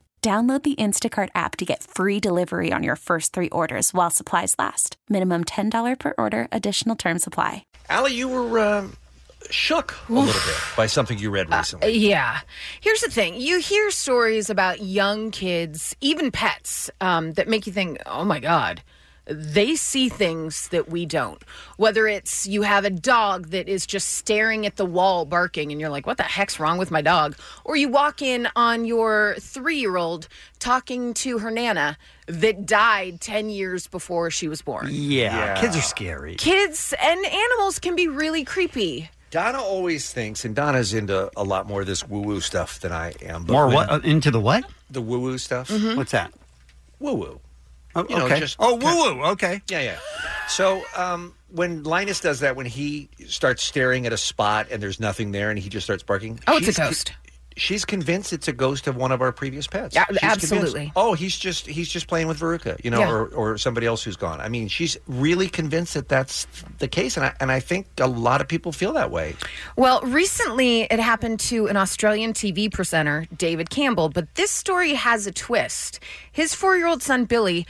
S23: Download the Instacart app to get free delivery on your first three orders while supplies last. Minimum $10 per order, additional term supply.
S11: Allie, you were uh, shook a little bit by something you read recently.
S12: Yeah. Here's the thing you hear stories about young kids, even pets, um, that make you think, oh my God, they see things that we don't. Whether it's you have a dog that is just staring at the wall barking and you're like, what the heck's wrong with my dog? Or you walk in on your three year old talking to her Nana that died 10 years before she was born.
S10: Yeah, kids are scary.
S12: Kids and animals can be really creepy.
S11: Donna always thinks, and Donna's into a lot more of this woo woo stuff than I am.
S10: More
S11: when-
S10: what uh, into the what?
S11: The woo woo stuff.
S10: Mhm. What's that?
S11: Woo woo.
S10: Oh, okay. Oh, woo-woo,
S11: Okay. Yeah, yeah. So um, when Linus does that, when he starts staring at a spot and there's nothing there, and he just starts barking.
S12: Oh, it's a
S11: she's con-
S12: ghost.
S11: she's convinced it's a ghost of one of our previous pets.
S12: Yeah,
S11: She's convinced,
S12: absolutely.
S11: oh, he's just he's just playing with Veruca, you know,
S12: Yeah.
S11: or, or somebody else who's gone. I mean, she's really convinced that that's the case, and I and I think a lot of people feel that way.
S12: Well, recently it happened to an Australian TV presenter, David Campbell, but this story has a twist. His four year old son, Billy,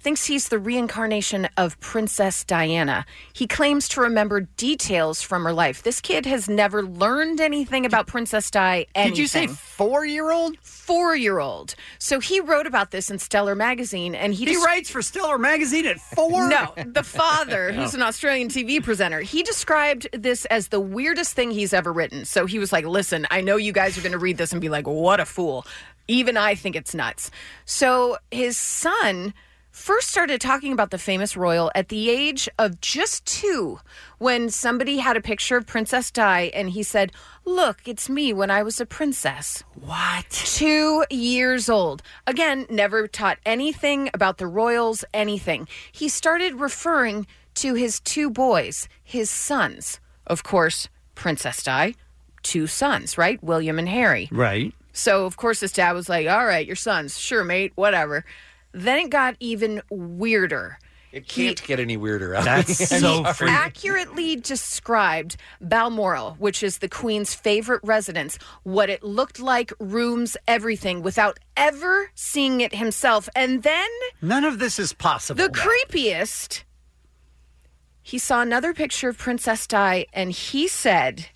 S12: thinks he's the reincarnation of Princess Diana. He claims to remember details from her life. This kid has never learned anything about Princess Di. Anything.
S10: Did you say
S12: four year old? Four year old. So he wrote about this in Stellar magazine, and he
S10: He
S12: just-
S10: writes Oh. for Stellar magazine at four.
S12: no, the father, who's an Australian TV presenter, he described this as the weirdest thing he's ever written. So he was like, listen, I know you guys are going to read this and be like, what a fool. Even I think it's nuts. So his son first started talking about the famous royal at the age of just two when somebody had a picture of Princess Di and he said, Look, it's me when I was a princess. What? Two years old. Again, never taught anything about the royals, anything. He started referring to his two boys, his sons. Of course, Princess Di, two sons, right? William and Harry.
S10: Right.
S12: So, of course, his dad was like, All right, your sons, sure, mate, whatever. Then it got even weirder.
S11: It can't get any weirder. Out.
S10: That's so
S12: He accurately described Balmoral, which is the Queen's favorite residence, what it looked like, rooms, everything, without ever seeing it himself. And then
S10: None of this is possible.
S12: the creepiest, he saw another picture of Princess Di and he said,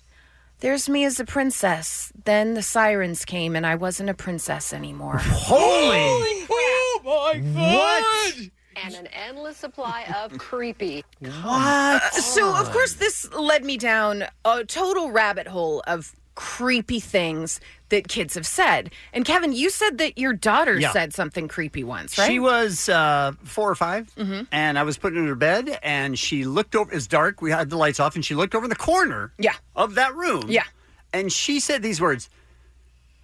S12: There's me as a princess. Then the sirens came and I wasn't a princess anymore.
S10: Holy!
S9: Oh my
S12: What?
S13: And an endless supply of creepy.
S12: Uh, So, of course, this led me down a total rabbit hole of creepy things that kids have said. And Kevin, you said that your daughter
S10: Yeah.
S12: said something creepy once, right? Mm-hmm.
S10: She was uh, four or 5 and I was putting her to bed, and she looked over. It's dark. We had the lights off, and she looked over the corner.
S12: Yeah.
S10: Of that room. Yeah. And she said these words,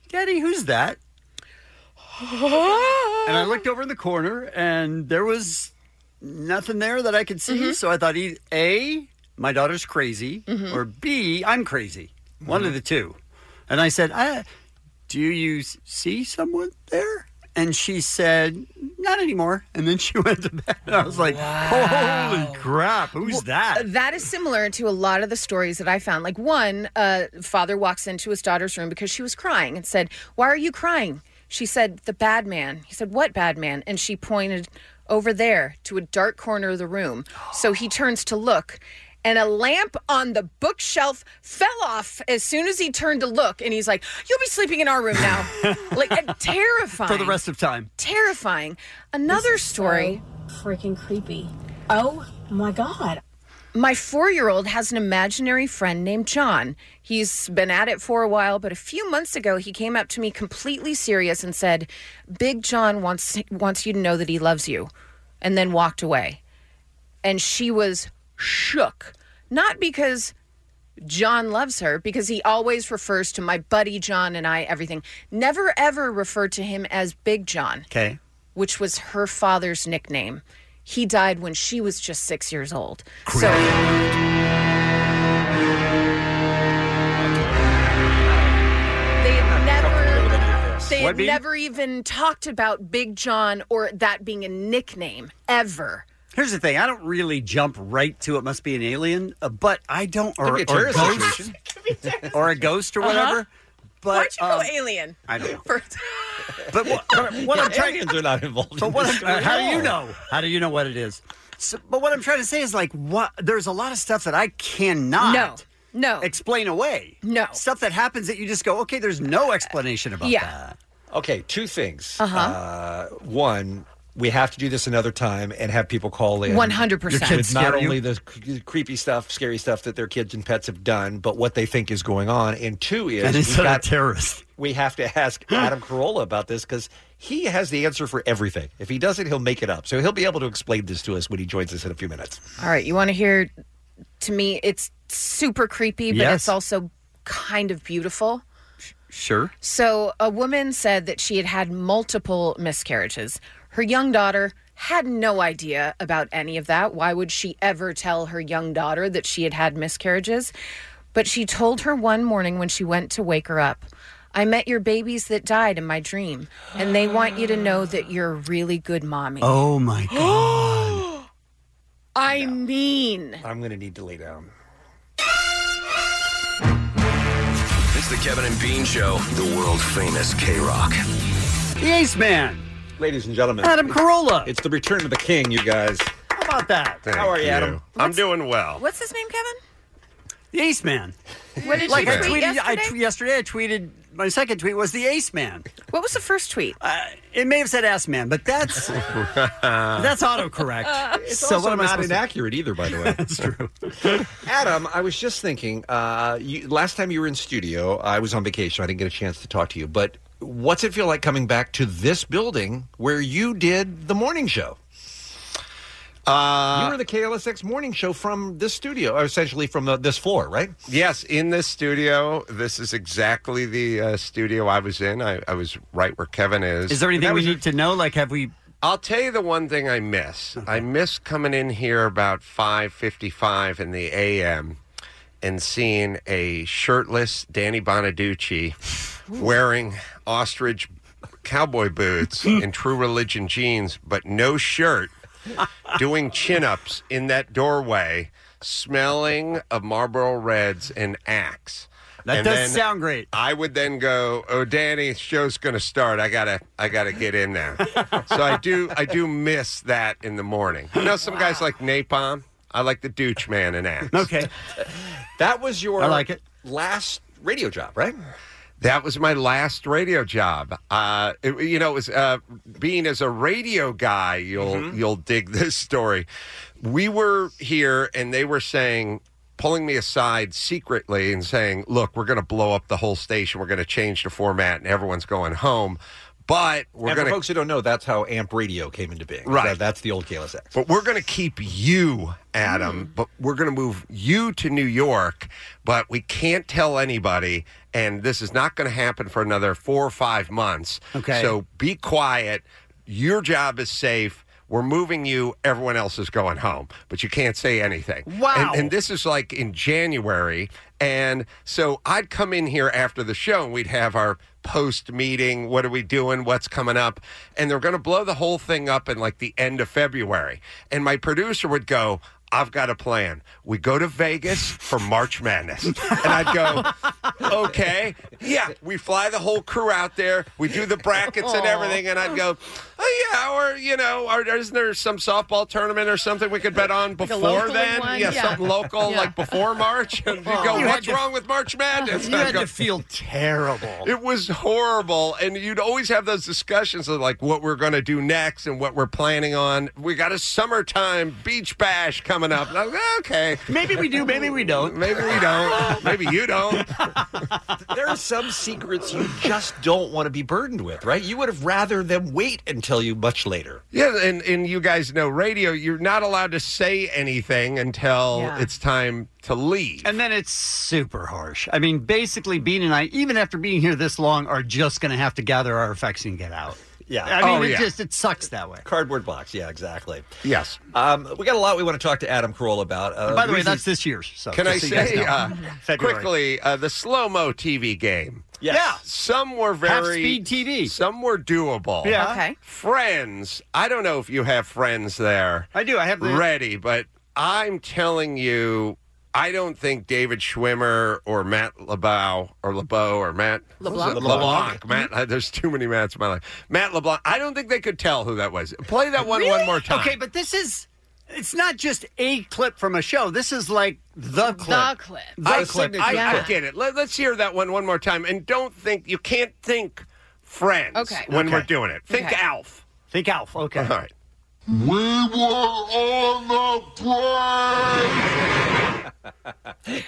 S10: "Daddy, who's that?" and I looked over in the corner, and there was nothing there that I could see.
S12: Mm-hmm.
S10: So I thought, e- A, my daughter's crazy,
S12: Mm-hmm.
S9: Mhm.
S10: or B, I'm crazy. One of the two. And I said, I, Do you s- see someone there? And she said, Not anymore. And then she went to bed. And I was like, Holy crap, who's that?
S12: That is similar to a lot of the stories that I found. Like one, uh, father walks into his daughter's room because she was crying and said, "Why are you crying?" She said, "The bad man." He said, "What bad man?" And she pointed over there to a dark corner of the room. So he turns to look. And a lamp on the bookshelf fell off as soon as he turned to look, and he's like, "You'll be sleeping in our room now." like uh, terrifying
S10: For the rest of time.
S12: terrifying. Another story. freaking creepy. Oh my God. My four year old has an imaginary friend named John. He's been at it for a while, but a few months ago he came up to me completely serious and said, Big John wants, wants you to know that he loves you, and then walked away. And she was shook. Not because John loves her because he always refers to my buddy John and I everything. Never ever referred to him as Big John,
S10: Okay.
S12: which was her father's nickname. He died when she was just six years old. So they had never they
S9: What
S12: had
S9: be?
S12: never even talked about Big John or that being a nickname ever.
S10: Here's the thing. I don't really jump right to it must be an alien, uh, but I don't or,
S12: Could be a
S10: or a
S12: terrorist
S10: ghost or a ghost or whatever. But
S12: Why'd Uh-huh. you
S10: um,
S12: go alien?
S10: I don't know.
S12: First-
S10: But what, but what I'm trying
S11: aliens are not involved.
S10: But
S11: in
S10: what?
S11: this
S10: I'm, uh,
S11: at
S10: how do you
S11: all.
S10: know? How do you know what it is? So, but what I'm trying to say is like what? There's a lot of stuff that I cannot.
S12: No. No.
S10: Explain away.
S12: No.
S10: Stuff that happens that you just go, okay, there's no explanation about
S12: yeah.
S10: that.
S11: Okay, two things.
S12: Uh-huh.
S11: Uh, one, we have to do this another time and have people call in.
S12: 100%. Your
S11: With
S12: kids
S11: not
S12: scare you?
S11: only the c- creepy stuff, scary stuff that their kids and pets have done, but what they think is going on. And two is
S10: And
S11: we
S10: it's not
S11: got-
S10: a terrorist.
S11: we have to ask Adam Carolla about this because he has the answer for everything. If he doesn't, he'll make it up. So he'll be able to explain this to us when he joins us in a few minutes.
S12: All right, you want to hear to me it's super creepy, but
S11: Yes.
S12: it's also kind of beautiful.
S10: Sure.
S12: So, a woman said that she had had multiple miscarriages. Her young daughter had no idea about any of that. Why would she ever tell her young daughter that she had had miscarriages? But she told her one morning when she went to wake her up, I met your babies that died in my dream, and they want you to know that you're a really good mommy.
S10: Oh my god.
S12: I mean,
S11: I'm going to need to lay down.
S16: It's the Kevin and Bean Show, the world famous K Rock.
S10: The Ace Man.
S11: Ladies and gentlemen,
S16: Adam
S10: Carolla.
S11: It's the return of the king, you guys.
S10: How about that?
S11: How are you, Adam?
S18: I'm doing well.
S12: What's his name, Kevin?
S10: The Ace Man.
S12: What did
S10: like
S12: you
S10: I
S12: tweet
S10: tweeted I
S12: yesterday?
S10: tw- yesterday I tweeted my second tweet was the Ace Man.
S12: What was the first tweet?
S10: Uh, it may have said Ass Man, but that's that's
S12: Uh,
S10: autocorrect.
S11: It's
S10: so
S11: also
S10: what am I
S11: not
S10: supposed to-
S11: inaccurate either, by the way. That's
S10: true.
S11: Adam, I was just thinking. Uh, you, last time you were in studio, I was on vacation. I didn't get a chance to talk to you. But what's it feel like coming back to this building where you did the morning show?
S18: Uh,
S11: you were the KLSX morning show from this studio, or essentially from the, this floor, right?
S18: Yes, in this studio. This is exactly the uh, studio I was in. I, I was right where Kevin is.
S10: Is there
S18: That
S10: anything we
S18: was-
S10: need to know? Like, have we?
S18: I'll tell you the one thing I miss. I miss coming in here about five fifty-five in the a.m. and seeing a shirtless Danny Bonaducci wearing ostrich cowboy boots and True Religion jeans, but no shirt, doing chin-ups in that doorway, smelling of Marlboro Reds and Axe.
S10: That
S18: And
S10: does
S18: then
S10: sound great.
S18: I would then go, "Oh, Danny, show's going to start. I gotta, I gotta get in there." so I do, I do miss that in the morning. You know, some guys like Napalm. I like the douche man in act.
S10: Okay,
S11: that was your.
S18: I like it.
S11: Last radio job, right?
S18: That was my last radio job. Uh, it- you know, it was uh, being as a radio guy. You'll
S11: Mm-hmm.
S18: you'll dig this story. We were here, and they were saying, pulling me aside secretly, and saying, "Look, we're going to blow up the whole station. We're going to change the format, and everyone's going home." But we're
S11: and
S18: going
S11: for
S18: to
S11: folks who don't know, that's how AMP radio came into being.
S18: Right.
S11: That- that's the old KLSX.
S18: But we're going to keep you, Adam, but we're going to move you to New York, but we can't tell anybody. And this is not going to happen for another four or five months.
S10: Okay.
S18: So be quiet. Your job is safe. We're moving you. Everyone else is going home, but you can't say anything.
S10: Wow.
S18: And- and this is like in January. And so I'd come in here after the show and we'd have our post meeting. What are we doing? What's coming up? And they're going to blow the whole thing up in like the end of February. And my producer would go, I've got a plan. We go to Vegas for March Madness. And I'd go, okay. Yeah. We fly the whole crew out there. We do the brackets and
S9: Aw.
S18: everything. And I'd go, oh, yeah. Or, you know, or, isn't there some softball tournament or something we could bet on
S9: Like a
S18: before
S9: local
S18: then?
S9: one?
S18: Yeah,
S9: Yeah.
S18: something local,
S9: Yeah.
S18: like before March. And you go,
S9: You had
S18: what's
S9: to-
S18: wrong with March Madness?
S9: You
S18: I
S9: had
S18: go,
S9: to
S10: feel terrible.
S18: It was horrible. And you'd always have those discussions of like what we're going to do next and what we're planning on. We got a summertime beach bash coming up. And I was, okay.
S10: Maybe we do, maybe we don't.
S18: Maybe we don't. Maybe you don't.
S24: there are some secrets you just don't want to be burdened with, right? You would have rather them wait and tell you much later.
S18: Yeah, and, and you guys know radio, you're not allowed to say anything until
S10: Yeah.
S18: it's time to leave.
S10: And then it's super harsh. I mean, basically, Bean and I, even after being here this long, are just going to have to gather our effects and get out.
S24: Yeah.
S10: I mean,
S24: Oh,
S10: it
S24: yeah.
S10: just it sucks that way.
S24: Cardboard box. Yeah, exactly.
S18: Yes.
S24: Um, we got a lot we want to talk to Adam Carolla about. Uh,
S10: And by the way,
S24: reasons-
S10: that's this year's. So
S18: Can I
S10: just so you guys
S18: say
S10: know.
S18: uh,
S10: February.
S18: quickly uh, the slow mo TV game?
S10: Yes. Yeah.
S18: Some were very
S10: Half-speed
S18: TV. Some were doable.
S10: Yeah. Okay.
S18: Friends. I don't know if you have friends there.
S10: I do. I have the-
S18: ready, but I'm telling you, I don't think David Schwimmer or Matt LeBow or LeBeau or Matt
S9: LeBlanc.
S18: LeBlanc. Matt,
S10: Mm-hmm.
S18: uh, there's too many Matts in my life. Matt LeBlanc. I don't think they could tell who that was. Play that one one more time.
S10: Okay, but this is. It's not just a clip from a show. This is like the clip.
S12: clip.
S10: The
S18: I,
S10: clip.
S18: I,
S10: Yeah.
S18: I get it. Let, us hear that one one more time. And don't think you can't think friends
S9: Okay.
S18: when
S9: Okay.
S18: we're doing it. Think
S9: Okay.
S18: Alf.
S10: Think Alf. Okay. All
S18: right.
S9: We were on the plane.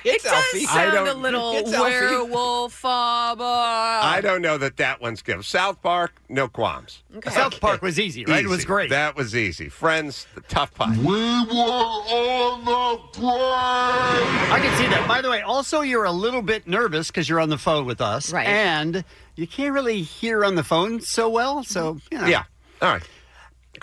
S12: It does
S18: Alfie. I
S12: sound a
S18: don't-
S12: little
S18: It's Alfie.
S12: werewolf. Uh,
S18: I don't know that that one's good. South Park, no qualms.
S10: South Park was easy, right? It was
S18: Easy.
S10: great.
S18: That was easy. Friends, the tough pie.
S9: We were on the plane.
S10: I can see that. By the way, also you're a little bit nervous because you're on the phone with us,
S9: Right.
S10: And you can't really hear on the phone so well. So you know.
S18: Yeah. All right.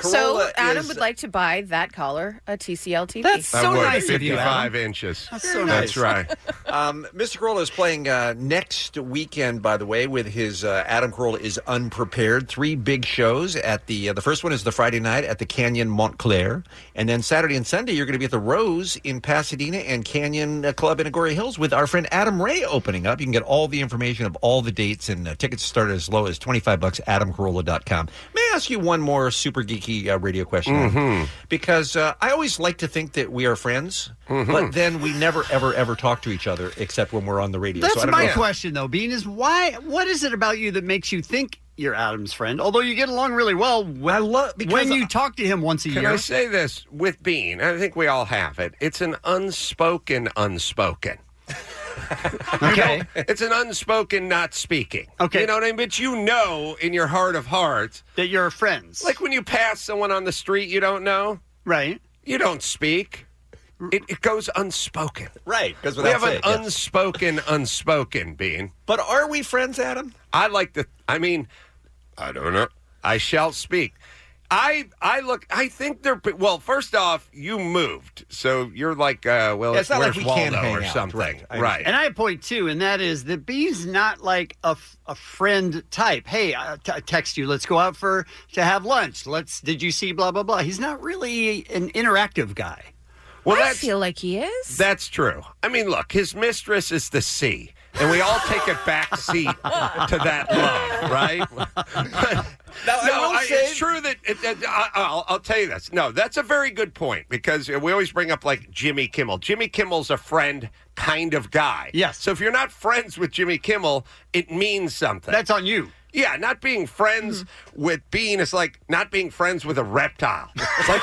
S12: so Adam would like to buy that collar a TCL TV.
S18: I would. 55 inches.
S12: That's so nice.
S18: That's right.
S24: Um, Mr. Carolla is playing uh, next weekend, by the way, with his uh, Adam Carolla is Unprepared. Three big shows at the uh, the first one is the Friday night at the Canyon Montclair, and then Saturday and Sunday you're going to be at the Rose in Pasadena and Canyon uh, Club in Agoura Hills with our friend Adam Ray opening up. You can get all the information of all the dates and uh, tickets start as low as twenty five bucks. AdamCarolla.com. May I ask you one more super geeky uh, radio question? Adam?
S18: Mm-hmm.
S24: because uh, I always like to think that we are friends,
S18: Mm-hmm.
S24: but then we never, ever, ever talk to each other except when we're on the radio.
S10: That's
S24: so I don't
S10: my
S24: know.
S10: question, though, Bean. Is why? What is it about you that makes you think you're Adam's friend? Although you get along really well. I love when you talk to him once a
S18: Can
S10: year.
S18: I say this with Bean? I think we all have it. It's an unspoken, unspoken. okay. it's an unspoken not speaking. Okay. You know what I mean? But you know in your heart of hearts
S10: that you're friends.
S18: Like when you pass someone on the street you don't know.
S10: Right.
S18: You don't speak. It, it goes unspoken.
S24: Right. Goes
S18: We
S24: without
S18: have
S24: saying,
S18: an
S24: yeah.
S18: unspoken, unspoken, Bean.
S24: But are we friends, Adam?
S18: I like the. I mean, I don't know. I shall speak. I I look. I think they're well. First off, you moved, so you're like uh, well,
S10: Yeah, it's not like
S18: where's
S10: we
S18: Waldo
S10: can't hang
S18: or
S10: out,
S18: something,
S10: right.
S18: right?
S10: And I have point two, and that is that B's not like a, f- a friend type. Hey, I t- I text you. Let's go out for to have lunch. Let's. Did you see blah blah blah? He's not really an interactive guy.
S18: Well,
S12: I
S18: that's-
S12: feel like he is.
S18: That's true. I mean, look, his mistress is the sea, and we all take a back seat to that love, right?
S9: Now, I will say-
S18: it's true that it, it- I, I'll, I'll tell you this. No, that's a very good point because we always bring up like Jimmy Kimmel. Jimmy Kimmel's a friend kind of guy. Yes. So if you're not friends with Jimmy Kimmel, it means something. That's
S10: on you.
S18: Yeah, not being friends with Bean is like not being friends with a reptile. Like,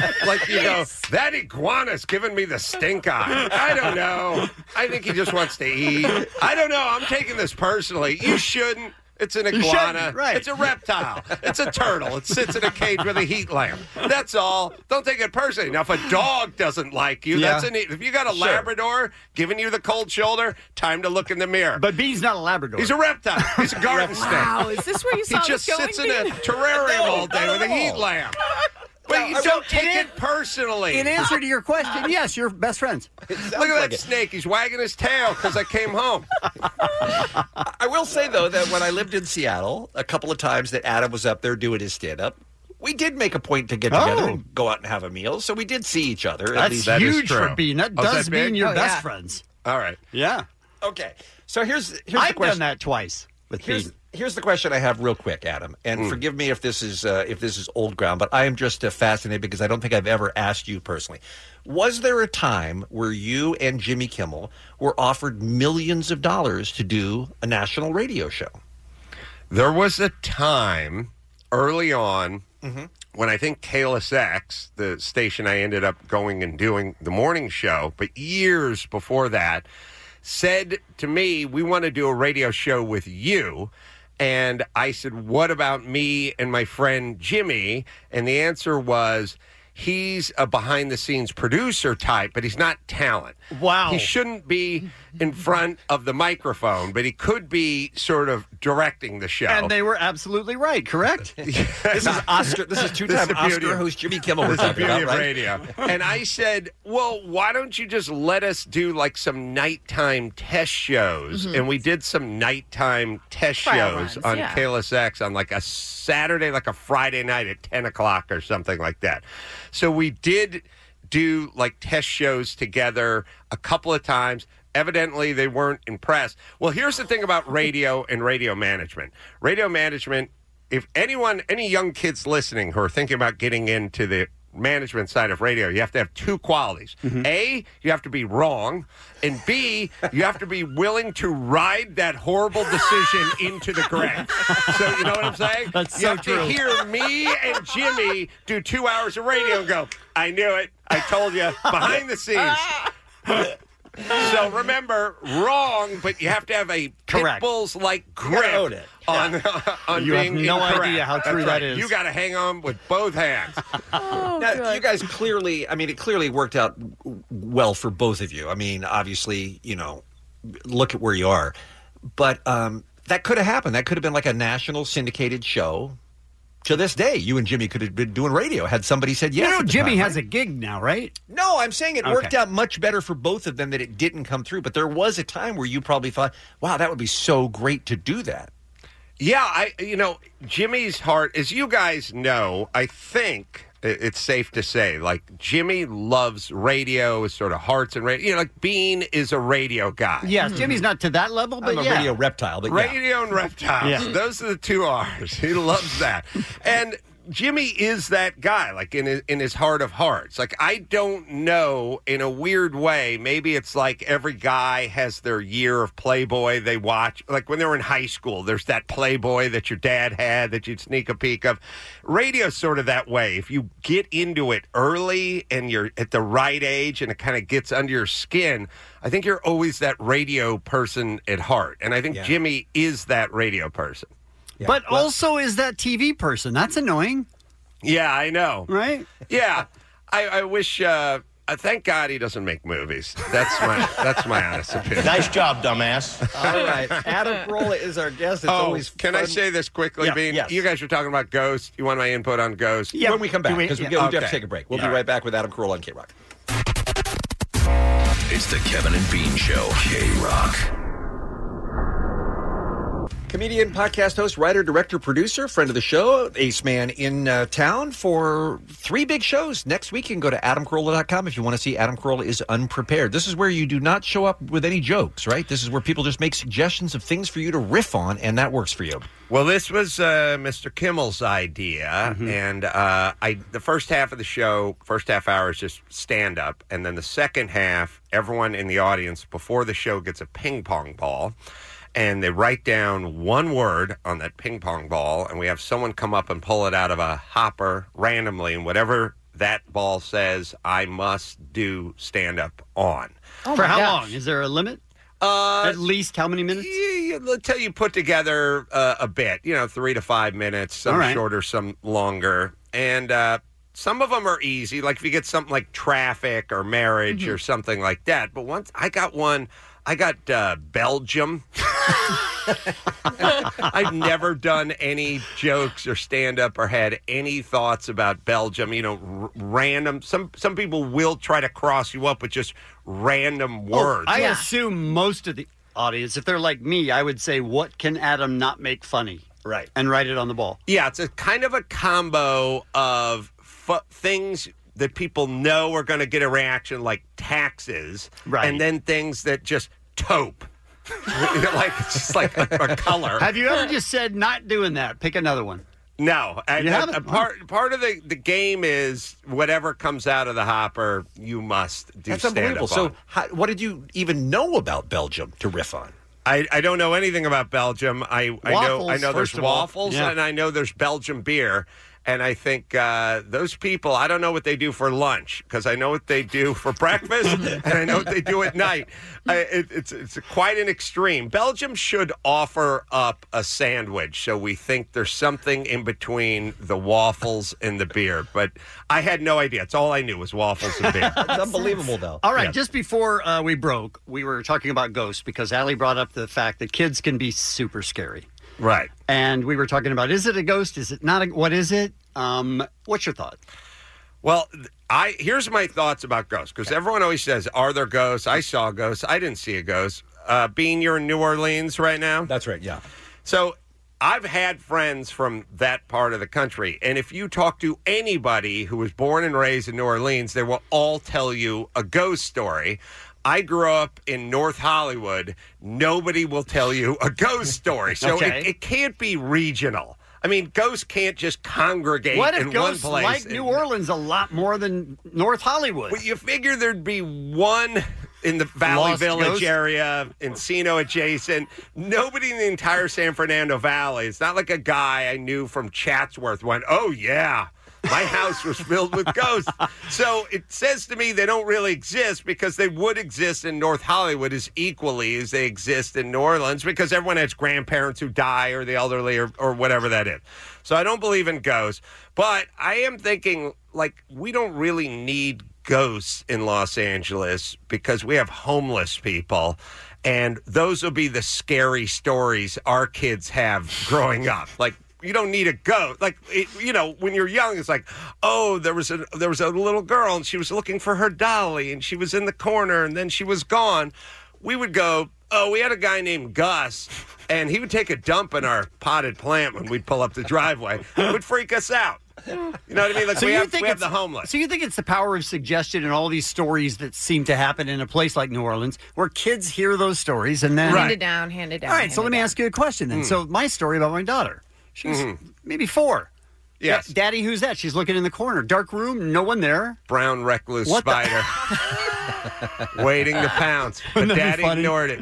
S18: like you know, that iguana's giving me the stink eye. I don't know. I think he just wants to eat. I don't know. I'm taking this personally. You shouldn't. It's an
S9: You
S18: iguana.
S9: shouldn't, right.
S18: It's a reptile. It's a turtle. It sits in a cage with a heat lamp. That's all. Don't take it personally. Now, if a dog doesn't like you,
S10: Yeah.
S18: that's an if you got a
S10: Sure.
S18: Labrador giving you the cold shoulder, time to look in the mirror.
S10: But Bean's not a Labrador.
S18: He's a reptile. He's a garden snake.
S12: Wow, is this where you saw
S18: He
S12: this
S18: just
S12: going,
S18: sits in a
S12: Bean?
S18: terrarium
S12: No,
S18: all day
S12: not
S18: with a
S12: at
S18: heat
S12: all.
S18: lamp. But
S10: No,
S18: you
S10: I
S18: don't
S10: won't-
S18: take
S10: in
S18: it
S10: an-
S18: personally.
S10: In answer to your
S12: Uh,
S10: question, yes, you're best friends.
S18: Look at that snake. He's wagging his tail because I came home.
S11: I will say though that when I lived in Seattle, a couple of times that Adam was up there doing his stand up, we did make a point to get together
S10: Oh.
S11: and go out and have a meal. So we did see each other. At
S10: That's
S11: least
S10: huge for being. That
S11: Oh, is
S10: does mean
S11: big?
S10: you're best friends.
S18: All right.
S10: Yeah.
S11: Okay. So here's here's the
S10: I've
S11: question.
S10: done that twice with
S11: Here's,
S10: Pete.
S11: here's the question I have real quick, Adam. And
S10: Mm.
S11: forgive me if this is uh, if this is old ground, but I am just uh, fascinated because I don't think I've ever asked you personally. Was there a time where you and Jimmy Kimmel were offered millions of dollars to do a national radio show?
S18: There was a time early on when I think KLSX, the station I ended up going and doing the morning show, but years before that, said to me, We want to do a radio show with you. And I said, What about me and my friend Jimmy? And the answer was, He's a behind the scenes producer type, but he's not talent.
S10: Wow.
S18: He shouldn't be in front of the microphone, but he could be sort of directing the show.
S10: And they were absolutely right, correct?
S18: this
S11: is Oscar- this is two-time
S18: the beauty
S11: Oscar
S18: of-
S11: host Jimmy Kimmel we're
S18: This is the
S11: talking
S18: beauty
S11: about,
S18: of radio.
S11: right?
S18: And I said, "Well, why don't you just let us do like some nighttime test shows?"
S9: Mhm.
S18: And we did some nighttime test
S9: Trial
S18: shows
S9: runs,
S18: on
S9: yeah.
S18: KLSX on like a Saturday, like a Friday night at ten o'clock or something like that. So we did do like test shows together a couple of times. Evidently, they weren't impressed. Well, here's the thing about radio and radio management. Radio management, if anyone, any young kids listening who are thinking about getting into the management side of radio, you have to have two qualities. A, you have to be wrong. And B, you have to be willing to ride that horrible decision into the grave. So, you know what I'm saying?
S9: That's
S18: you
S9: so
S18: have
S9: true.
S18: to hear me and Jimmy do two hours of radio and go, I knew it. I told you behind the scenes. So remember, wrong, but you have to have a pit
S10: Correct.
S18: bulls like grip
S10: own it.
S18: on on
S10: You have
S18: being
S10: no
S18: incorrect.
S10: idea how
S18: That's
S10: true that
S18: right.
S10: is.
S18: You got to hang on with both hands.
S10: Oh,
S11: now, you guys clearly, I mean, it clearly worked out w- well for both of you. I mean, obviously, you know, look at where you are. But um, that could have happened. That could have been like a national syndicated show. To this day, you and Jimmy could have been doing radio had somebody said yes.
S10: you
S11: at
S10: know,
S11: the
S10: Jimmy
S11: time,
S10: has
S11: right?
S10: a gig now, right?
S11: No, I'm saying it
S10: Okay.
S11: worked out much better for both of them that it didn't come through. But there was a time where you probably thought, wow, that would be so great to do that.
S18: Yeah, I you know Jimmy's heart, as you guys know, I think i- it's safe to say, like Jimmy loves radio, is sort of hearts and radio. You know, like Bean is a radio guy.
S10: Yes, Jimmy's not to that level, but
S18: I'm a
S10: yeah.
S18: radio
S11: reptile,
S18: radio and reptiles.
S10: Yeah.
S18: Those are the two R's. He loves that. and Jimmy is that guy, like in his, in his heart of hearts. Like I don't know, in a weird way. Maybe it's like every guy has their year of Playboy they watch. Like when they were in high school, there's that Playboy that your dad had that you'd sneak a peek of. Radio's sort of that way. If you get into it early and you're at the right age and it kind of gets under your skin, I think you're always that radio person at heart. And I think
S10: Yeah.
S18: Jimmy is that radio person.
S10: But also is that TV person. That's annoying.
S18: Yeah, I know.
S10: Right?
S18: Yeah. I, I wish uh I thank God he doesn't make movies. That's my that's my honest opinion. Nice job, dumbass.
S11: All right. Adam Carolla is our guest. It's
S18: oh,
S11: always
S18: can I
S11: fun-
S18: say this quickly,
S11: Yeah,
S18: Bean?
S11: yes.
S18: You guys were talking about Ghost. You want my input on Ghost?
S11: Yeah, when we come back, because we, we have to
S18: Okay.
S11: take a break. We'll
S18: All
S11: be right back with Adam Carolla on K Rock.
S16: It's the Kevin and Bean Show. K Rock.
S11: Comedian, podcast host, writer, director, producer, friend of the show, Ace Man in uh, town for three big shows next week. You can go to adamcarolla.com if you want to see Adam Carolla is unprepared. This is where you do not show up with any jokes, right? This is where people just make suggestions of things for you to riff on, and that works for you.
S18: Well, this was uh, Mr. Kimmel's idea, and uh, I the first half of the show, first half hour is just stand up, and then the second half, everyone in the audience before the show gets a ping pong ball, and they write down one word on that ping pong ball, and we have someone come up and pull it out of a hopper randomly, and whatever that ball says, I must do stand up on.
S11: Oh
S10: For how long? Is there a limit?
S18: Uh,
S10: At least how many minutes?
S11: Oh,
S18: Until you put together uh, a bit, you know, three to five minutes, some
S10: All right.
S18: shorter, some longer. And uh, some of them are
S10: Mm-hmm.
S18: easy, like if you get something like traffic or marriage or something like that. But once I got one I got uh, Belgium. I've never done any jokes or stand up or had any thoughts about Belgium. You know, r- random. Some some people will try to cross you up with just random words.
S10: I assume most of the audience, if they're like me, I would say, "What can Adam not make funny?" Right, and write it on the ball.
S18: Yeah, it's a kind of a combo of fu- things that people know are going to get a reaction, like taxes,
S10: Right.
S18: and then things that just taupe, You know, like it's just like a, a color.
S10: Have you ever just said, "Not doing that"? Pick another one.
S18: No, and
S10: You
S18: that-
S10: haven't?
S18: a part part of the, the game is whatever comes out of the hopper, you must do.
S24: That's
S18: stand-up
S24: unbelievable.
S18: on.
S24: So, how, what did you even know about Belgium to riff on?
S18: I, I don't know anything about Belgium. I, I know I
S24: Waffles,
S18: know there's
S24: first of all.
S18: waffles
S24: Yeah.
S18: and I know there's Belgian beer. And I think uh, those people, I don't know what they do for lunch because I know what they do for breakfast and I know what they do at night. I, it, it's, it's quite an extreme. Belgium should offer up a sandwich. So we think there's something in between the waffles and the beer. But I had no idea. It's all I knew was waffles and beer. It's
S24: unbelievable, though.
S10: All right,
S18: Yeah.
S10: just before uh, we broke, we were talking about ghosts because Allie brought up the fact that kids can be super scary.
S18: Right.
S10: And we were talking about is it a ghost? Is it not a what is it? Um, what's your thought?
S18: Well, th- I here's my thoughts about ghosts because everyone always says, "Are there ghosts?" I saw ghosts. I didn't see a ghost. Uh, being you're in New Orleans right now, that's right. Yeah. So I've had friends from that part of the country, and if you talk to anybody who was born and raised in New Orleans, they will all tell you a ghost story. I grew up in North Hollywood. Nobody will tell you a ghost story, so
S10: Okay.
S18: it, it can't be regional. I mean, ghosts can't just congregate
S10: What
S18: in
S10: if ghosts
S18: one place.
S10: like
S18: and-
S10: New Orleans a lot more than North Hollywood?
S18: well, you figure there'd be one in the Valley
S10: Lost
S18: Village
S10: ghost?
S18: area, Encino adjacent. Nobody in the entire San Fernando Valley. It's not like a guy I knew from Chatsworth went, oh, yeah. My house was filled with ghosts. So it says to me they don't really exist because they would exist in North Hollywood as equally as they exist in New Orleans because everyone has grandparents who die or the elderly or, or whatever that is. So I don't believe in ghosts, but I am thinking like we don't really need ghosts in Los Angeles because we have homeless people. And those will be the scary stories our kids have growing up. Like, you don't need a ghost. Like, it, you know, when you're young, it's like, oh, there was a there was a little girl and she was looking for her dolly and she was in the corner and then she was gone. We would go, oh, we had a guy named Gus and he would take a dump in our potted plant when we'd pull up the driveway. It would freak us out. You know what I mean? Like we have, we have the
S10: it's-
S18: homeless.
S10: So you think it's the power of suggestion and all these stories that seem to happen in a place like New Orleans, where kids hear those stories and then
S12: Hand it down, hand it down.
S10: All right, so let me ask you a question then.
S12: Hmm.
S10: So my story about my daughter. She's
S12: Mhm.
S10: maybe four.
S18: Hmm. Yes.
S10: Da- Daddy, who's that? She's looking in the corner. Dark room, no one there.
S18: Brown recluse
S10: What the-
S18: spider waiting to pounce. But
S10: Wouldn't that
S18: daddy
S10: be funny?
S18: ignored it.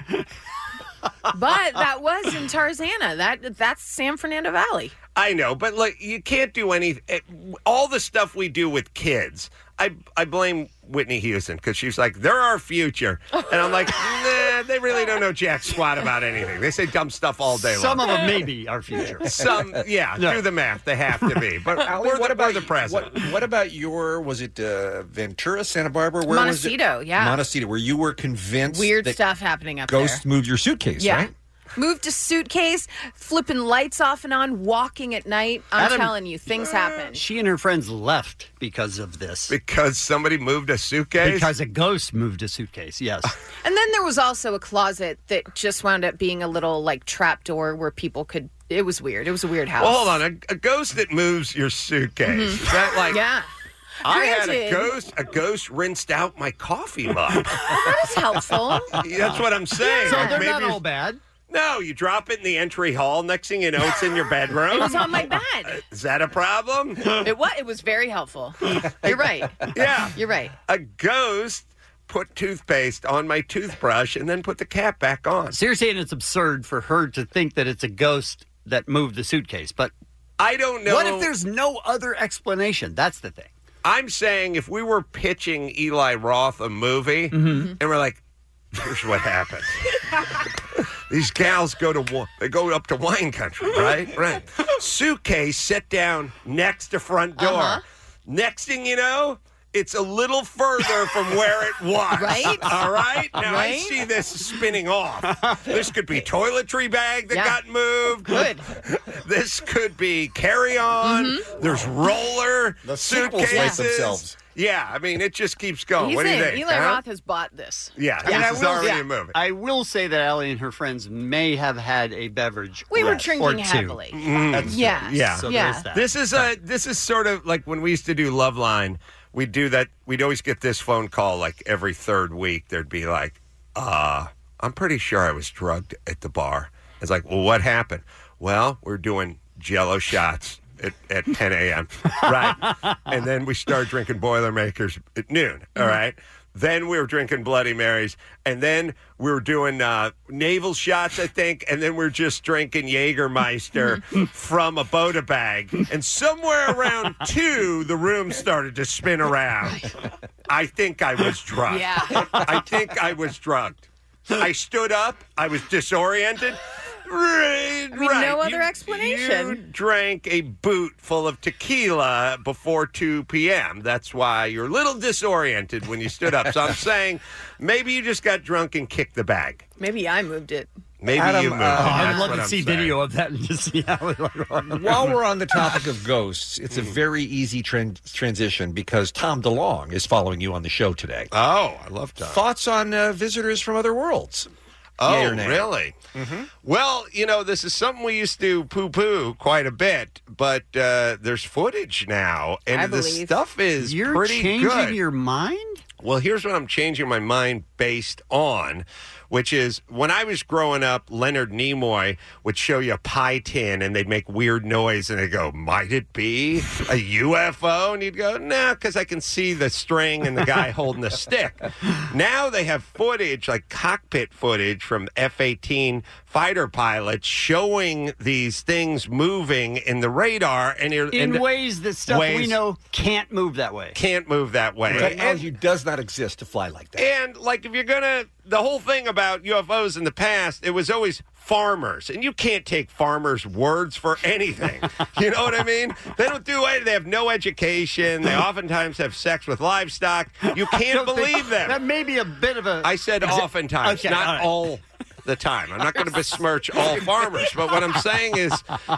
S12: But that was in Tarzana. That that's San Fernando Valley.
S18: I know, but like you can't do any eh, all the stuff we do with kids. I I blame Whitney Houston because she's like they're our future, and I'm like nah, they really don't know jack squat about anything. They say dumb stuff all day
S10: Some
S18: long.
S10: of them may be our future.
S18: Some, yeah,
S10: No.
S18: do the math. They have to be. But
S24: Ali,
S18: we're
S24: what
S18: the,
S24: about
S18: we're the president?
S24: What, what about your? Was it uh, Ventura, Santa Barbara? Where
S12: Montecito,
S24: was it?
S12: yeah.
S24: Montecito, where you were convinced
S12: Weird
S24: that
S12: stuff happening up
S24: Ghosts
S12: there.
S24: moved your suitcase, right?
S12: Moved a suitcase, flipping lights off and on, walking at night. I'm
S10: Adam-
S12: telling you, things happen.
S10: She and her friends left because of this.
S18: Because somebody moved a suitcase?
S10: Because a ghost moved a suitcase, yes.
S12: And then there was also a closet that just wound up being a little like trap door where people could. It was weird. It was a weird house. Mm-hmm.
S18: Well, hold on, a, a ghost that moves your suitcase. Is that like
S12: yeah.
S18: I had a
S12: Granted.
S18: ghost. A ghost rinsed out my coffee mug.
S12: Oh, That was helpful.
S18: That's what I'm saying.
S12: So
S18: Like,
S12: they're not
S18: maybe-
S12: all
S10: bad.
S18: No, you drop it in the entry hall. Next thing you know, it's in your bedroom.
S12: It was on my bed.
S18: Is that a problem?
S12: It was. It was very helpful. You're right.
S18: Yeah.
S12: You're right.
S18: A ghost put toothpaste on my toothbrush and then put the cap back on.
S10: So you're saying it's absurd for her to think that it's a ghost that moved the suitcase, but
S18: I don't know.
S10: What if there's no other explanation? That's the thing.
S18: I'm saying if we were pitching Eli Roth a movie
S9: Mm-hmm.
S18: and we're like, here's what happens. These gals go to wa- they go up to wine country, right? Right.
S9: Uh-huh.
S18: Suitcase set down next to front door. Next thing you know, it's a little further from where it was.
S9: Right?
S18: All right? Now I
S9: Right?
S18: see this spinning off. This could be toiletry bag that
S9: Yeah.
S18: got moved.
S9: Good.
S18: This could be carry on.
S9: Mm-hmm.
S18: There's roller.
S11: The sequels write
S18: suitcases.
S11: themselves.
S18: Yeah, I mean, it just keeps going. Oh,
S12: He's
S18: what do you
S12: in.
S18: think?
S12: Eli
S18: huh?
S12: Roth has bought this.
S18: Yeah, this
S12: Yeah.
S10: I
S18: is
S10: will-
S18: already
S10: yeah,
S18: a movie.
S10: I will say that Allie and her friends may have had a beverage.
S12: We were
S10: or-
S12: drinking
S10: or two.
S12: heavily.
S18: Mm.
S12: That's Yeah. true.
S18: yeah.
S12: So Yeah. there's that.
S18: This is a this is sort of like when we used to do Love Line. We'd do that. We'd always get this phone call like every third week. There'd be like, uh, I'm pretty sure I was drugged at the bar. It's like, well, what happened? Well, we're doing Jello shots. At, at 10 a.m. Right. and then we start drinking Boilermakers at noon. All right. Then we were drinking Bloody Marys. And then we were doing uh, naval shots, I think. And then we are just drinking Jägermeister from a Boda bag. And somewhere around two, the room started to spin around. I think I was drugged.
S9: Yeah.
S18: I think I was drugged. I stood up. I was disoriented. Right,
S12: I mean,
S18: right.
S12: no other
S18: You-
S12: explanation.
S18: You drank a boot full of tequila before 2 p.m. That's why you're a little disoriented when you stood up. So I'm saying maybe you just got drunk and kicked the bag.
S12: Maybe I moved it.
S18: Maybe you
S24: Um,
S18: moved.
S24: uh,
S10: Oh, I
S18: That's
S10: would love
S18: what
S10: to
S18: I'm
S10: see
S18: saying.
S10: video of that and just see how it like,
S24: While we're on the topic of ghosts, it's a
S18: Hmm.
S24: very easy tran- transition because Tom DeLong is following you on the show today.
S18: Oh, I love Tom.
S24: Thoughts on uh, visitors from other worlds? Yay
S18: Oh,
S24: or nay?
S18: really?
S9: Mm-hmm.
S18: Well, you know, this is something we used to poo poo quite a bit, but uh, there's footage now, and
S10: I
S18: the
S10: believe.
S18: stuff is
S10: You're
S18: pretty
S10: changing
S18: good.
S10: your mind.
S18: Well, here's what I'm changing my mind based on, which is when I was growing up, Leonard Nimoy would show you a pie tin and they'd make weird noise and they'd go, Might it be a UFO? And you'd go, No, because I can see the string and the guy holding the stick. Now they have footage, like cockpit footage from F 18 fighter pilots showing these things moving in the radar. And you're-
S10: In
S18: and-
S10: ways that stuff we
S18: ways-
S10: know can't move that way.
S18: Can't move that way.
S24: Technology does not exist to fly like that.
S18: And like, if you're gonna, the whole thing about UFOs in the past, it was always farmers, and you can't take farmers' words for anything. you know what I mean? They don't do it. They have no education. They oftentimes have sex with livestock. You can't
S10: don't think-
S18: believe them.
S10: That may be a bit of a.
S18: I said
S10: Is it-
S18: oftentimes,
S10: Okay,
S18: not
S10: all right.
S18: all the time. I'm not going to besmirch all farmers, but what I'm saying is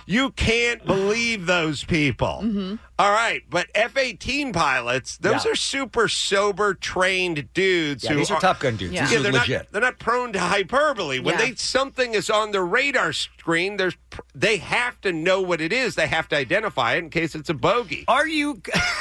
S18: you can't believe those people. All right, but F 18 pilots, those
S24: Mm-hmm. Yeah.
S18: are super sober, trained dudes.
S24: Yeah,
S18: who
S24: these are Top Gun dudes. These are
S18: they're not-
S24: legit.
S18: they're not prone to hyperbole. When
S24: Yeah.
S18: they something is on their radar screen, there's pr- they have to know what it is. They have to identify it in case it's a bogey.
S10: Are you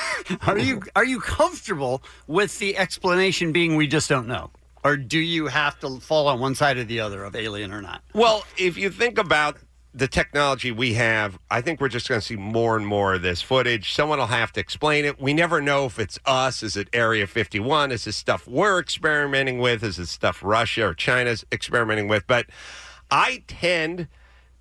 S10: are you are you comfortable with the explanation being we just don't know, or do you have to fall on one side or the other of alien or not?
S18: Well, if you think about the technology we have, I think we're just going to see more and more of this footage. Someone will have to explain it. We never know if it's us. Is it Area 51? Is this stuff we're experimenting with? Is this stuff Russia or China's experimenting with? But I tend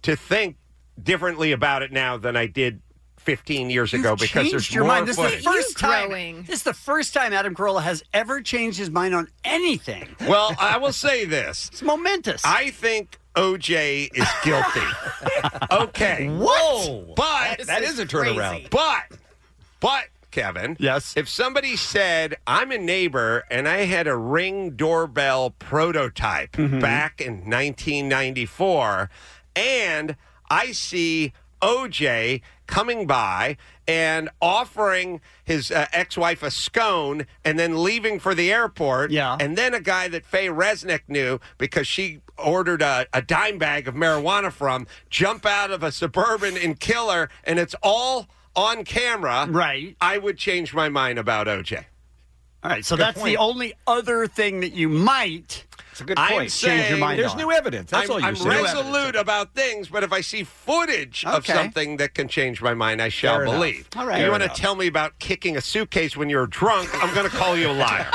S18: to think differently about it now than I did 15 years ago because there's
S10: Changed your
S18: more
S10: mind. This
S18: footage.
S10: is the first time. This is the first time Adam Carolla has ever changed his mind on anything.
S18: Well, I will say this.
S10: It's momentous.
S18: I think OJ is guilty. okay.
S10: Whoa.
S18: But
S10: This That is is a turnaround. crazy.
S18: But but Kevin, yes. If somebody said I'm a neighbor and I had a ring doorbell prototype
S10: Mm-hmm.
S18: back in 1994 and I see OJ coming by and offering his uh, ex-wife a scone and then leaving for the airport. Yeah. And then a guy that Faye Resnick knew because she ordered a, a dime bag of marijuana from jump out of a suburban and kill her, and it's all on camera. Right. I would change my mind about OJ.
S10: All right, so that's the only other thing that you might. It's a
S18: good I'm point. saying
S10: change your mind.
S18: there's
S10: on.
S18: new
S24: evidence.
S18: I'm, I'm resolute about things, but if I see footage of
S10: Okay.
S18: something that can change my mind, I shall
S10: Fair enough.
S18: believe.
S10: All right.
S18: You
S10: Fair
S18: want to
S10: enough.
S18: tell me about kicking a suitcase when you're drunk? I'm going to call you a liar.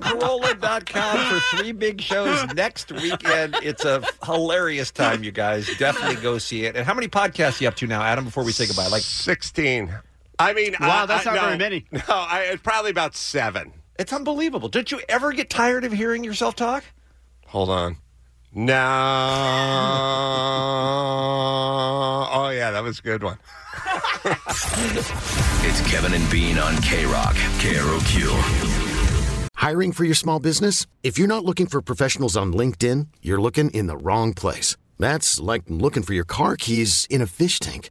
S24: AdamCarolla.com for three big shows next weekend. It's a hilarious time, you guys. Definitely go see it. And how many podcasts you up to now, Adam, before we say goodbye? Like
S18: 16. I mean,
S24: Wow,
S18: I-
S24: that's
S18: I-
S24: not
S18: no,
S24: very many.
S18: No, I, it's probably about seven.
S24: It's unbelievable. Don't you ever get tired of hearing yourself talk?
S18: Hold on. No. oh, yeah, that was a good one.
S16: It's Kevin and Bean on K Rock, KROQ.
S25: Hiring for your small business? If you're not looking for professionals on LinkedIn, you're looking in the wrong place. That's like looking for your car keys in a fish tank.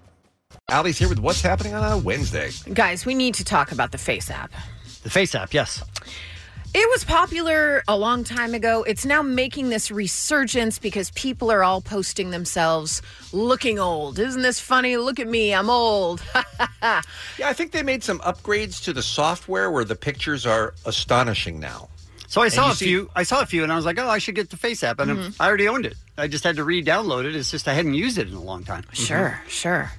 S24: Ali's here with what's happening on a Wednesday.
S12: Guys, we need to talk about the Face app.
S10: The Face app, yes.
S12: It was popular a long time ago. It's now making this resurgence because people are all posting themselves looking old. Isn't this funny? Look at me, I'm old.
S24: Yeah, I think they made some upgrades to the software where the pictures are astonishing now.
S10: So I
S24: And
S10: saw
S24: you
S10: a
S24: see-
S10: few. I saw a few, and I was like, "Oh, I should get the Face app," and
S12: Mhm.
S10: I already owned it. I just had to re-download it. It's just I hadn't used it in a long time.
S12: Mm-hmm. Sure, sure.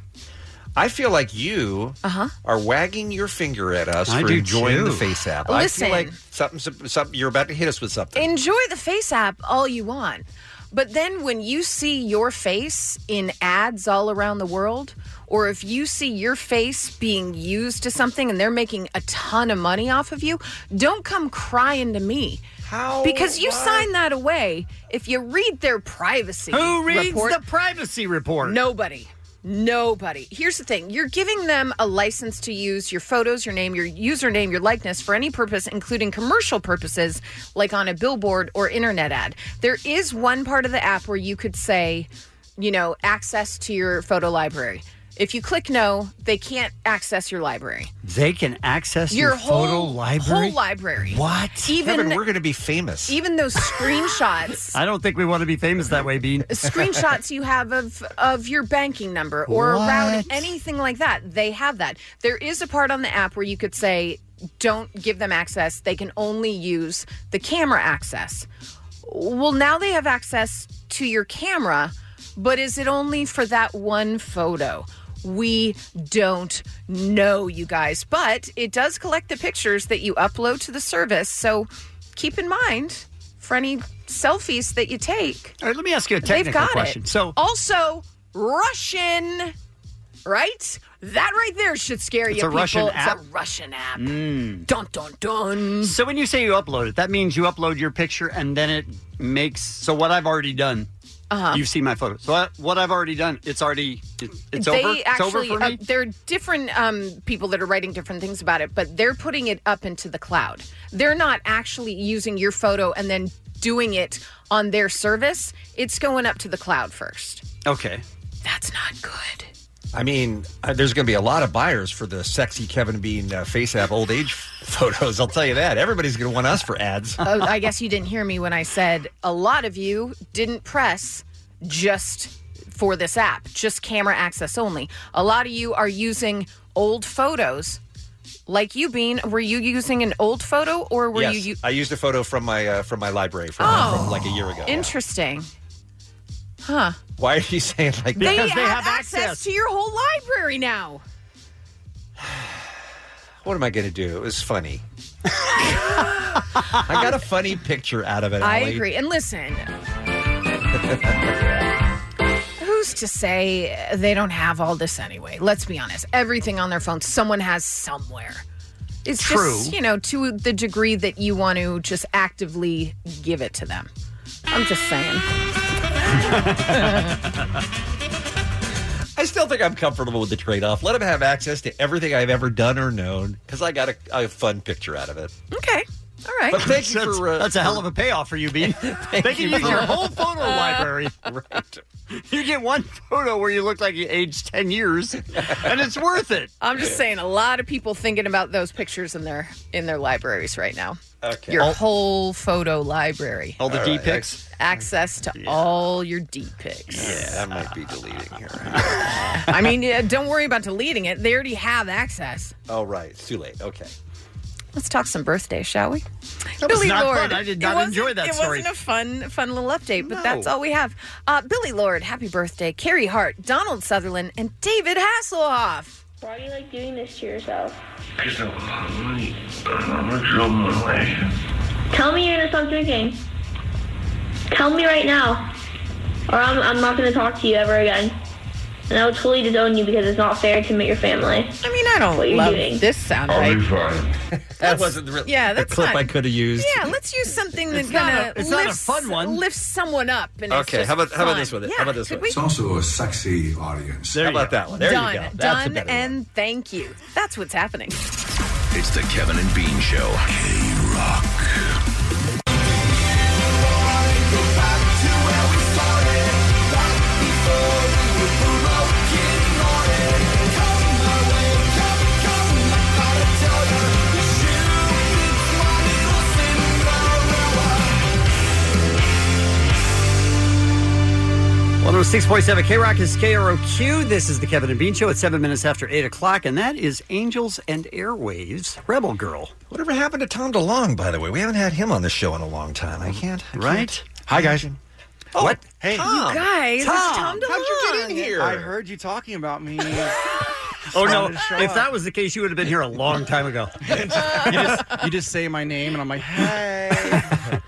S24: I feel like you
S12: Uh-huh.
S24: are wagging your finger at us
S10: I
S24: for
S10: do
S24: enjoying
S10: too.
S24: the face app.
S12: Listen.
S24: I feel like something, some- some- you're about to hit us with something.
S12: Enjoy the face app all you want. But then when you see your face in ads all around the world, or if you see your face being used to something and they're making a ton of money off of you, don't come crying to me.
S24: How?
S12: Because you
S10: What?
S12: sign that away if you read their privacy.
S10: Who reads
S12: report-
S10: the privacy report?
S12: Nobody. Nobody. Here's the thing you're giving them a license to use your photos, your name, your username, your likeness for any purpose, including commercial purposes, like on a billboard or internet ad. There is one part of the app where you could say, you know, access to your photo library. If you click no, they can't access your library.
S10: They can access your,
S12: your whole
S10: photo library.
S12: Whole library.
S10: What?
S12: Even
S24: going to be famous.
S12: even those screenshots
S10: I don't think we want to be famous that way, Bean.
S12: screenshots you have of of your banking number or
S10: What?
S12: routing anything like that they have that there is a part on the app where you could say don't give them access they can only use the camera access well now they have access to your camera but is it only for that one photo we don't know you guys but it does collect the pictures that you upload to the service so keep in mind for any selfies that you take
S10: All right, let me ask you a
S12: They've
S10: technical
S12: got
S10: question.
S12: It.
S10: So-
S12: also Russian, right? That right there should scare
S10: It's
S12: you.
S10: a
S12: people.
S10: Russian
S12: it's
S10: app?
S12: a Russian app.
S10: Mm.
S12: Dun dun dun.
S10: So when you say you upload it, that means you upload your picture and then it makes. So what I've already done.
S12: Uh-huh.
S10: You've seen my photo. So I, what I've already done, it's already it- it's
S12: they
S10: over. it's over
S12: actually,
S10: for me.
S12: uh, there are different um, people that are writing different things about it, but they're putting it up into the cloud. They're not actually using your photo and then doing it on their service. It's going up to the cloud first.
S10: Okay.
S12: That's not good.
S24: I mean, uh, there's going to be a lot of buyers for the sexy Kevin Bean uh, face app old age photos. I'll tell you that. Everybody's going to want us for ads.
S12: oh, I guess you didn't hear me when I said a lot of you didn't press just for this app, just camera access only. A lot of you are using old photos. Like you, Bean, were you using an old photo or were
S24: yes,
S12: you? u-
S24: I used a photo from my uh, from my library from,
S12: Oh.
S24: from like a year ago.
S12: Interesting. Huh.
S24: Why are you saying like that?
S12: to your whole library now.
S24: What am I going to do? It was funny. I got a funny picture out of it.
S12: I
S24: Ally.
S12: agree. And listen, who's to say they don't have all this anyway? Let's be honest. Everything on their phone, someone has somewhere. It's
S10: True.
S12: just, you know, to the degree that you want to just actively give it to them. I'm just saying.
S24: I still think I'm comfortable with the trade off. Let them have access to everything I've ever done or known because I got a, a fun picture out of it.
S12: Okay. All right.
S10: But thank you that's, for, uh, that's a hell of a payoff for you, Bean. they can
S9: you
S10: use
S9: for-
S10: your whole photo library. You get one photo where you look like you aged ten years, and it's worth it.
S12: I'm just saying, a lot of people thinking about those pictures in their in their libraries right now.
S9: Uh,
S10: Okay.
S12: Your
S10: All-
S12: whole photo library.
S10: All the All D right, pics?
S12: Access to all your D pics.
S11: Yeah, that might be deleting here.
S12: I mean, yeah, don't worry about deleting it. They already have access.
S11: Oh, right. It's too late. Okay.
S12: Let's talk some birthday, shall we?
S10: That was not fun. I did
S12: It
S10: not
S12: wasn't-
S10: enjoy that
S12: it
S10: story.
S12: wasn't a fun, fun little update, but
S10: No.
S12: that's all we have. Uh, Billy Lord, happy birthday. Carrie Hart, Donald Sutherland, and David Hasselhoff.
S14: Why do you like doing this to yourself?
S19: Because I love money, but I'm a girl my
S14: Tell me you're gonna stop drinking. Tell me right now, or I'm, I'm not gonna talk to you ever again. And I will totally disown you because it's not fair to meet your family.
S12: I mean, I don't
S14: what you're
S12: love
S14: doing.
S12: this sound
S19: I'll
S12: right.
S19: be fine.
S11: That wasn't the,
S12: Yeah,
S11: the
S12: that's
S11: clip
S12: not-
S11: I could have used.
S12: Yeah, let's use something that's
S10: It's not
S12: gonna
S10: a- it's not a
S12: lifts,
S10: fun one.
S12: lifts someone up. And it's
S11: Okay,
S12: just
S11: how about- how about this
S12: fun.
S11: one?
S12: Yeah,
S11: How about this
S12: could
S11: one?
S12: we-
S11: It's also
S26: a sexy audience.
S11: How about that one? There
S12: done,
S11: you go. That's a
S12: done,
S11: better one.
S12: and thank you. That's what's happening.
S16: It's the Kevin and Bean Show.
S10: One hundred six point seven K Rock is KROQ. This is the Kevin and Bean Show. It's seven minutes after eight o'clock, and that is Angels and Airwaves, Rebel Girl.
S11: Whatever happened to Tom DeLong, by the way? We haven't had him on the show in a long time. I can't. I
S10: Right?
S11: can't- Hi, guys. Oh, what? Hey,
S10: You guys, it's Tom
S11: How'd you get in here?
S26: I heard you talking about me.
S10: Oh no!
S26: Wanted to show
S10: If
S26: up.
S10: that was the case, you would have been here a long time ago.
S26: you, just, you just say my name, and I'm like, hey.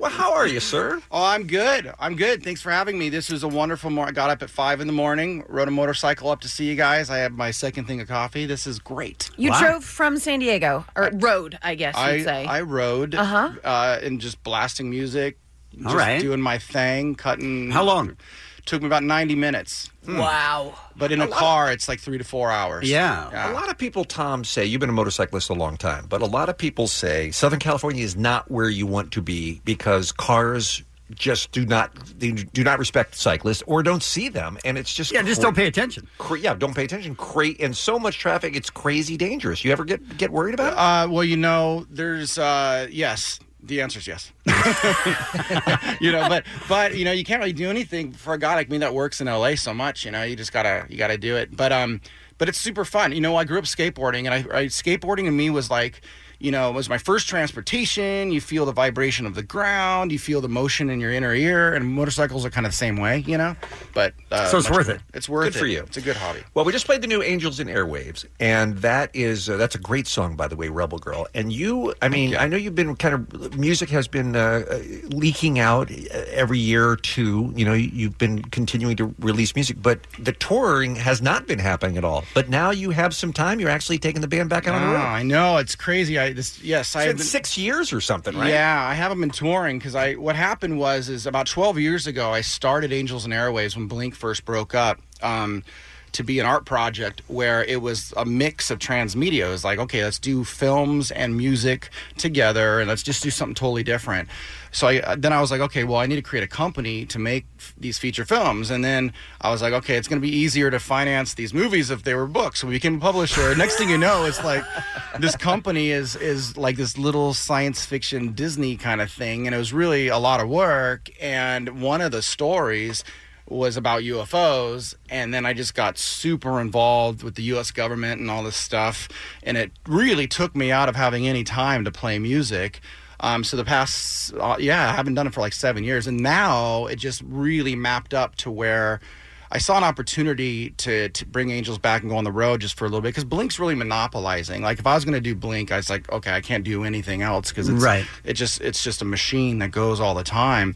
S11: well, how are you, sir?
S26: Oh, I'm good. I'm good. Thanks for having me. This was a wonderful morning. I got up at five in the morning, rode a motorcycle up to see you guys. I had my second thing of coffee. This is great.
S12: You drove from San Diego, or rode, I guess
S26: I,
S12: you'd say.
S26: I rode
S12: Uh-huh.
S26: uh, and just blasting music,
S10: All
S26: just
S10: right.
S26: doing my thing, cutting.
S10: How long?
S26: Took me about 90 minutes.
S12: Wow.
S26: But in
S11: A
S26: a,
S11: lot.
S26: car, it's like three to four hours.
S11: A lot of people, Tom, say you've been a motorcyclist a long time, but a lot of people say Southern California is not where you want to be because cars just do not they do not respect cyclists or don't see them, and it's just
S10: Yeah, just don't pay attention.
S11: Cra- yeah, don't pay attention. Cra- and so much traffic, it's crazy dangerous. You ever get get worried about it?
S26: Uh, well, you know, there's uh, yes. The answer is yes. you know, but but you know, you can't really do anything for a guy like me that works in LA so much. You know, you just gotta you gotta do it. But um, but it's super fun. You know, I grew up skateboarding, and I, I skateboarding to me was like. You know, it was my first transportation. You feel the vibration of the ground. You feel the motion in your inner ear, and motorcycles are kind of the same way, you know. But uh,
S11: So it's
S26: much
S11: worth
S26: cooler.
S11: it.
S26: It's worth
S11: Good
S26: it
S11: for you.
S26: It's a good hobby.
S11: Well, we just played the new Angels in Airwaves, and that is uh, that's a great song, by the way, Rebel Girl. And you, I mean, I know you've been kind of music has been uh, uh, leaking out uh, every year or two. You know, you've been continuing to release music, but the touring has not been happening at all. But now you have some time. You're actually taking the band back out on the
S26: Oh,
S11: road.
S26: I know it's crazy. I this yes, I
S11: It's
S26: have
S11: been
S26: been-
S11: six years or something, right?
S26: Yeah, I haven't been touring because I. What happened was is about twelve years ago, I started Angels and Airwaves when Blink first broke up. Um, to be an art project where it was a mix of transmedia. It was like, okay, let's do films and music together, and let's just do something totally different. So I, uh, then I was like, okay, well, I need to create a company to make f- these feature films, and then I was like, okay, it's going to be easier to finance these movies if they were books. So we became a publisher. Next thing you know, it's like this company is is like this little science fiction Disney kind of thing, and it was really a lot of work. And one of the stories was about UFOs, and then I just got super involved with the U.S. government and all this stuff, and it really took me out of having any time to play music. Um, so the past, uh, yeah, I haven't done it for like seven years, and now it just really mapped up to where I saw an opportunity to, to bring Angels back and go on the road just for a little bit because Blink's really monopolizing. Like if I was going to do Blink, I was like, okay, I can't do anything else because it's
S10: Right.
S26: It just it's just a machine that goes all the time.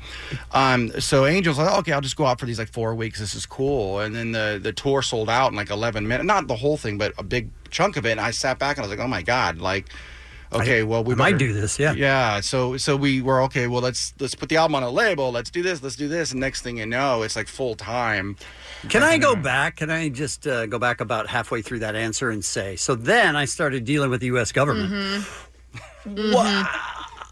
S26: Um, so Angels, I thought, okay, I'll just go out for these like four weeks. This is cool. And then the the tour sold out in like eleven minutes. Not the whole thing, but a big chunk of it. And I sat back and I was like, oh my god, like. Okay, well, we
S10: I might
S26: better-
S10: do this, yeah.
S26: yeah. So so we were okay. Well, let's let's put the album on a label. Let's do this. Let's do this. And next thing you know, it's like full time.
S10: Can I go back? Can I just uh, go back about halfway through that
S26: Mm-hmm.
S10: answer and say, so then I started dealing with the U.S. government.
S9: Mm-hmm.
S10: Wow.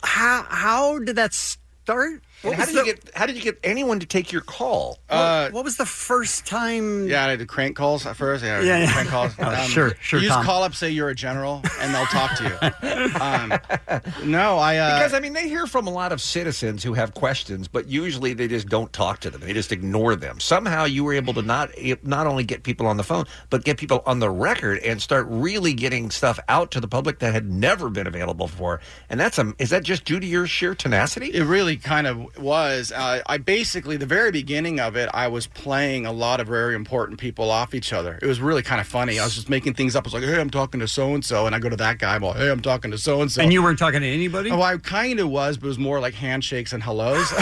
S10: how how did that start?
S24: And how did you get how did you get anyone to take your call?
S10: What, what was the first time?
S26: Uh, Yeah, I did crank calls at first. Yeah,
S10: Yeah, yeah.
S26: crank calls. Um,
S10: Oh, sure, sure,
S26: You
S10: Tom.
S26: just call up, say you're a general, and they'll talk to you. Um, no, I uh,
S24: because I mean they hear from a lot of citizens who have questions, but usually they just don't talk to them. They just ignore them. Somehow you were able to not eh, not only get people on the phone, but get people on the record and start really getting stuff out to the public that had never been available before. And that's a is that just due to your sheer tenacity?
S26: It really kind of was. Uh, I basically, the very beginning of it, I was playing a lot of very important people off each other. It was really kind of funny. I was just making things up. I was like, hey, I'm talking to so and so. And I go to that guy, I'm like, hey, I'm talking to so and so.
S10: And you weren't talking to anybody.
S26: Oh, I kind of was, but it was more like handshakes and hellos,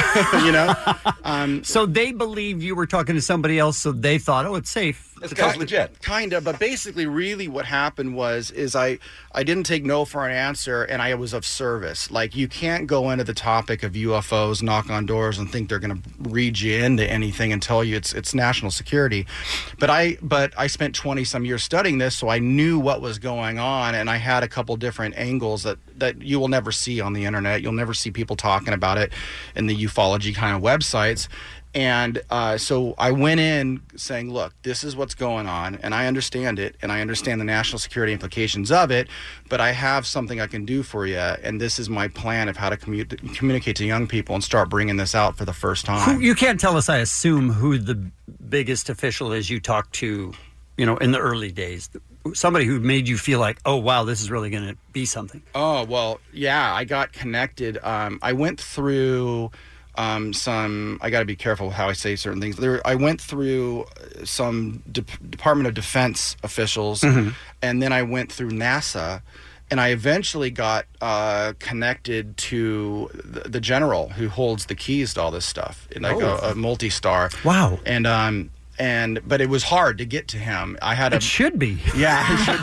S26: you know? Um,
S10: so they believed you were talking to somebody else, so they thought, oh, it's safe.
S26: Ki- Kinda, but basically, really, what happened was is I I didn't take no for an answer, and I was of service. Like you can't go into the topic of UFOs, knock on doors, and think they're going to read you into anything and tell you it's it's national security. But I but I spent twenty some years studying this, so I knew what was going on, and I had a couple different angles that that you will never see on the internet. You'll never see people talking about it in the ufology kind of websites. And uh, so I went in saying, look, this is what's going on, and I understand it, and I understand the national security implications of it, but I have something I can do for you, and this is my plan of how to commu- communicate to young people and start bringing this out for the first time.
S10: Who, you can't tell us, I assume, who the biggest official is you talked to, you know, in the early days. Somebody who made you feel like, oh, wow, this is really going to be something.
S26: Oh well, yeah. I got connected. Um, I went through um, some. I got to be careful with how I say certain things. There, I went through uh, some de- Department of Defense officials,
S9: Mhm.
S26: and then I went through NASA, and I eventually got uh, connected to the, the general who holds the keys to all this stuff, like
S10: Oh.
S26: a, a multi-star.
S10: Wow.
S26: And um. And but it was hard to get to him. I had a
S10: It should be.
S26: yeah, it should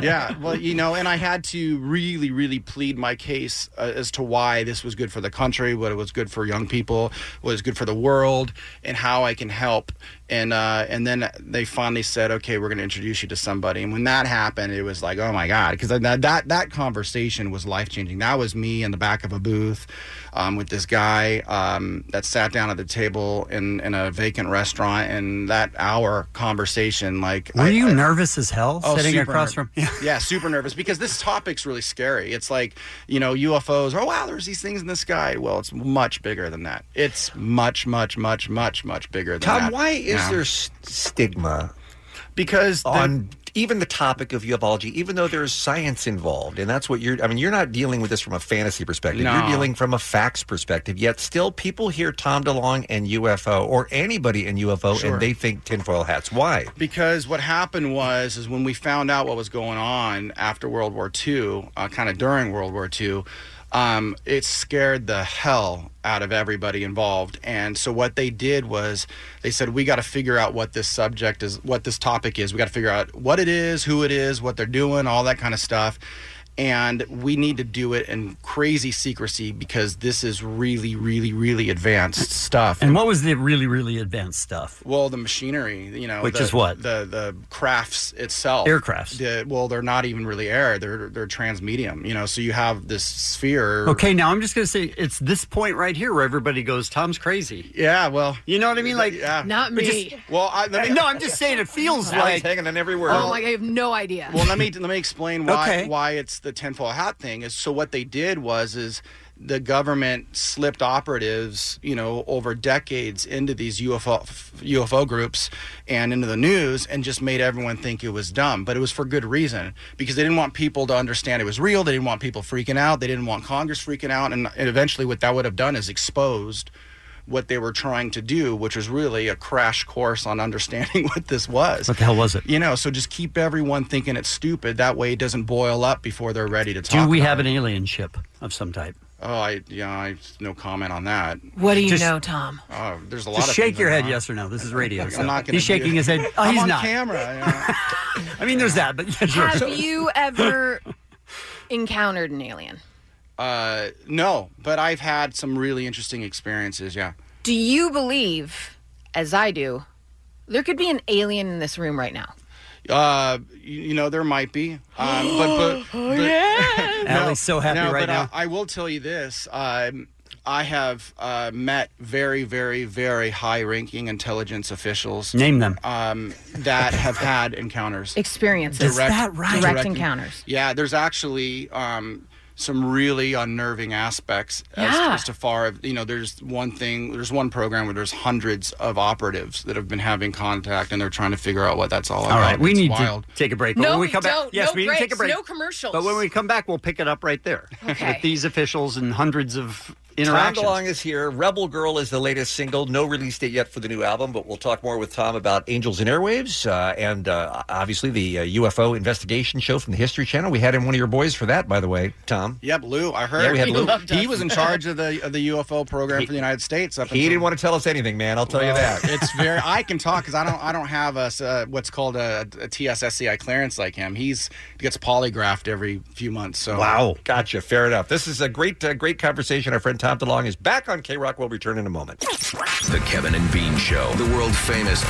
S26: be. yeah. Well, you know, and I had to really, really plead my case uh, as to why this was good for the country, what it was good for young people, what it was good for the world, and how I can help. And uh, and then they finally said, okay, we're going to introduce you to somebody. And when that happened, it was like, oh my god, because that that that conversation was life changing. That was me in the back of a booth um, with this guy um, that sat down at the table in in a vacant restaurant, and that hour conversation, like, oh,
S10: Were you nervous as hell sitting
S26: super
S10: across
S26: nerv-
S10: from? Yeah.
S26: super nervous because this topic's really scary. It's like, you know, UFOs, oh wow, there's these things in the sky. Well, it's much bigger than that. It's much, much, much, much, much bigger than
S24: Tom,
S26: that.
S24: why is
S26: Yeah.
S24: there s- stigma?
S26: Because
S24: on even the topic of ufology, even though there's science involved, and that's what you're. I mean, you're not dealing with this from a fantasy perspective.
S26: No.
S24: You're dealing from a facts perspective. Yet still, people hear Tom DeLong and UFO or anybody in UFO,
S26: Sure.
S24: and they think tinfoil hats. Why?
S26: Because what happened was, is when we found out what was going on after World War II, uh, kind of during World War II, um, it scared the hell out of everybody involved. And so what they did was, they said, "We got to figure out what this subject is, what this topic is. We got to figure out what it is, who it is, what they're doing, all that kind of stuff." and we need to do it in crazy secrecy because this is really really really advanced stuff
S10: And what was the really, really advanced stuff?
S26: well the machinery you know
S10: Which
S26: the-
S10: is what?
S26: the the crafts itself
S10: Aircrafts.
S26: The- well they're not even really air they're they're transmedium you know so you have this sphere
S10: Okay, now I'm just going to say it's this point right here where everybody goes, Tom's crazy.
S26: Yeah, well,
S10: you know what I mean? Like,
S12: Not
S10: it
S12: me.
S10: just-
S26: well, I,
S12: let me-
S10: no, I'm just saying it feels
S26: Now
S10: like
S26: he's hanging on every word.
S12: Oh my! I have no idea.
S26: Well, let me let me explain why
S10: Okay.
S26: why it's the tinfoil hat thing. Is so what they did was is the government slipped operatives, you know, over decades into these UFO UFO groups and into the news, and just made everyone think it was dumb. But it was for good reason because they didn't want people to understand it was real. They didn't want people freaking out. They didn't want Congress freaking out. And, and eventually, what that would have done is exposed what they were trying to do, which was really a crash course on understanding what this was.
S10: What the hell was it?
S26: You know, so just keep everyone thinking it's stupid. That way, it doesn't boil up before they're ready to talk.
S10: Do we
S26: about
S10: have an alien ship of some type?
S26: it. Oh, I yeah, I no comment on that.
S12: What do you
S10: Just-
S12: know, Tom?
S26: Oh, there's a lot
S10: Just
S26: of
S10: shake
S26: things
S10: your
S26: I'm
S10: head,
S26: not-
S10: yes or no. This is radio.
S26: I'm
S10: so.
S26: not gonna
S10: he's shaking
S26: do-
S10: his head. Oh,
S26: I'm
S10: he's
S26: on
S10: not.
S26: camera.
S10: I mean, there's that, but yeah, sure.
S12: Have you ever encountered an alien?
S26: Uh, no, but I've had some really interesting experiences. Yeah.
S12: Do you believe, as I do, there could be an alien in this room right now?
S26: Uh, you, you know, there might be. Um, but but,
S27: Oh,
S26: but-
S27: yeah. Allie's so happy
S26: no,
S27: right
S26: but, uh,
S27: now.
S26: I will tell you this. Um, I have uh, met very, very, very high-ranking intelligence officials.
S10: Name them.
S26: Um, that have had encounters.
S12: Experience.
S26: Direct,
S12: Direct encounters.
S26: Yeah, there's actually um, some really unnerving aspects as,
S12: Yeah.
S26: as to far you know. There's one thing. There's one program where there's hundreds of operatives that have been having contact, and they're trying to figure out what that's all, about.
S10: All right, we
S26: It's
S10: need
S26: wild.
S10: to take a break.
S26: No,
S10: when
S26: we
S10: come
S26: don't.
S10: Back, yes,
S26: No
S10: we need to take a
S26: breaks,
S10: break.
S26: no commercials.
S10: But when we come back, we'll pick it up right there with these officials and hundreds of
S11: Tom
S10: interactions.
S11: DeLong is here. Rebel Girl is the latest single. No release date yet for the new album, but we'll talk more with Tom about Angels and Airwaves uh, and uh, obviously the uh, UFO investigation show from the History Channel. We had in one of your boys for that, by the way, Tom.
S26: Yep, Lou. I heard
S11: Yeah, we had Lou.
S26: He was in charge of the of the UFO program for the United States. Up
S11: He
S26: until-
S11: didn't want to tell us anything, man. I'll tell you
S26: Well,
S11: that.
S26: it's very. I can talk because I don't. I don't have a s- uh, what's called a, a TSSCI clearance like him. He's gets polygraphed every few months. So
S11: Wow. Gotcha. Fair enough. This is a great, uh, great conversation. Our friend Tom DeLong is back on K Rock. We'll return in a moment.
S16: The Kevin and Bean Show, the world famous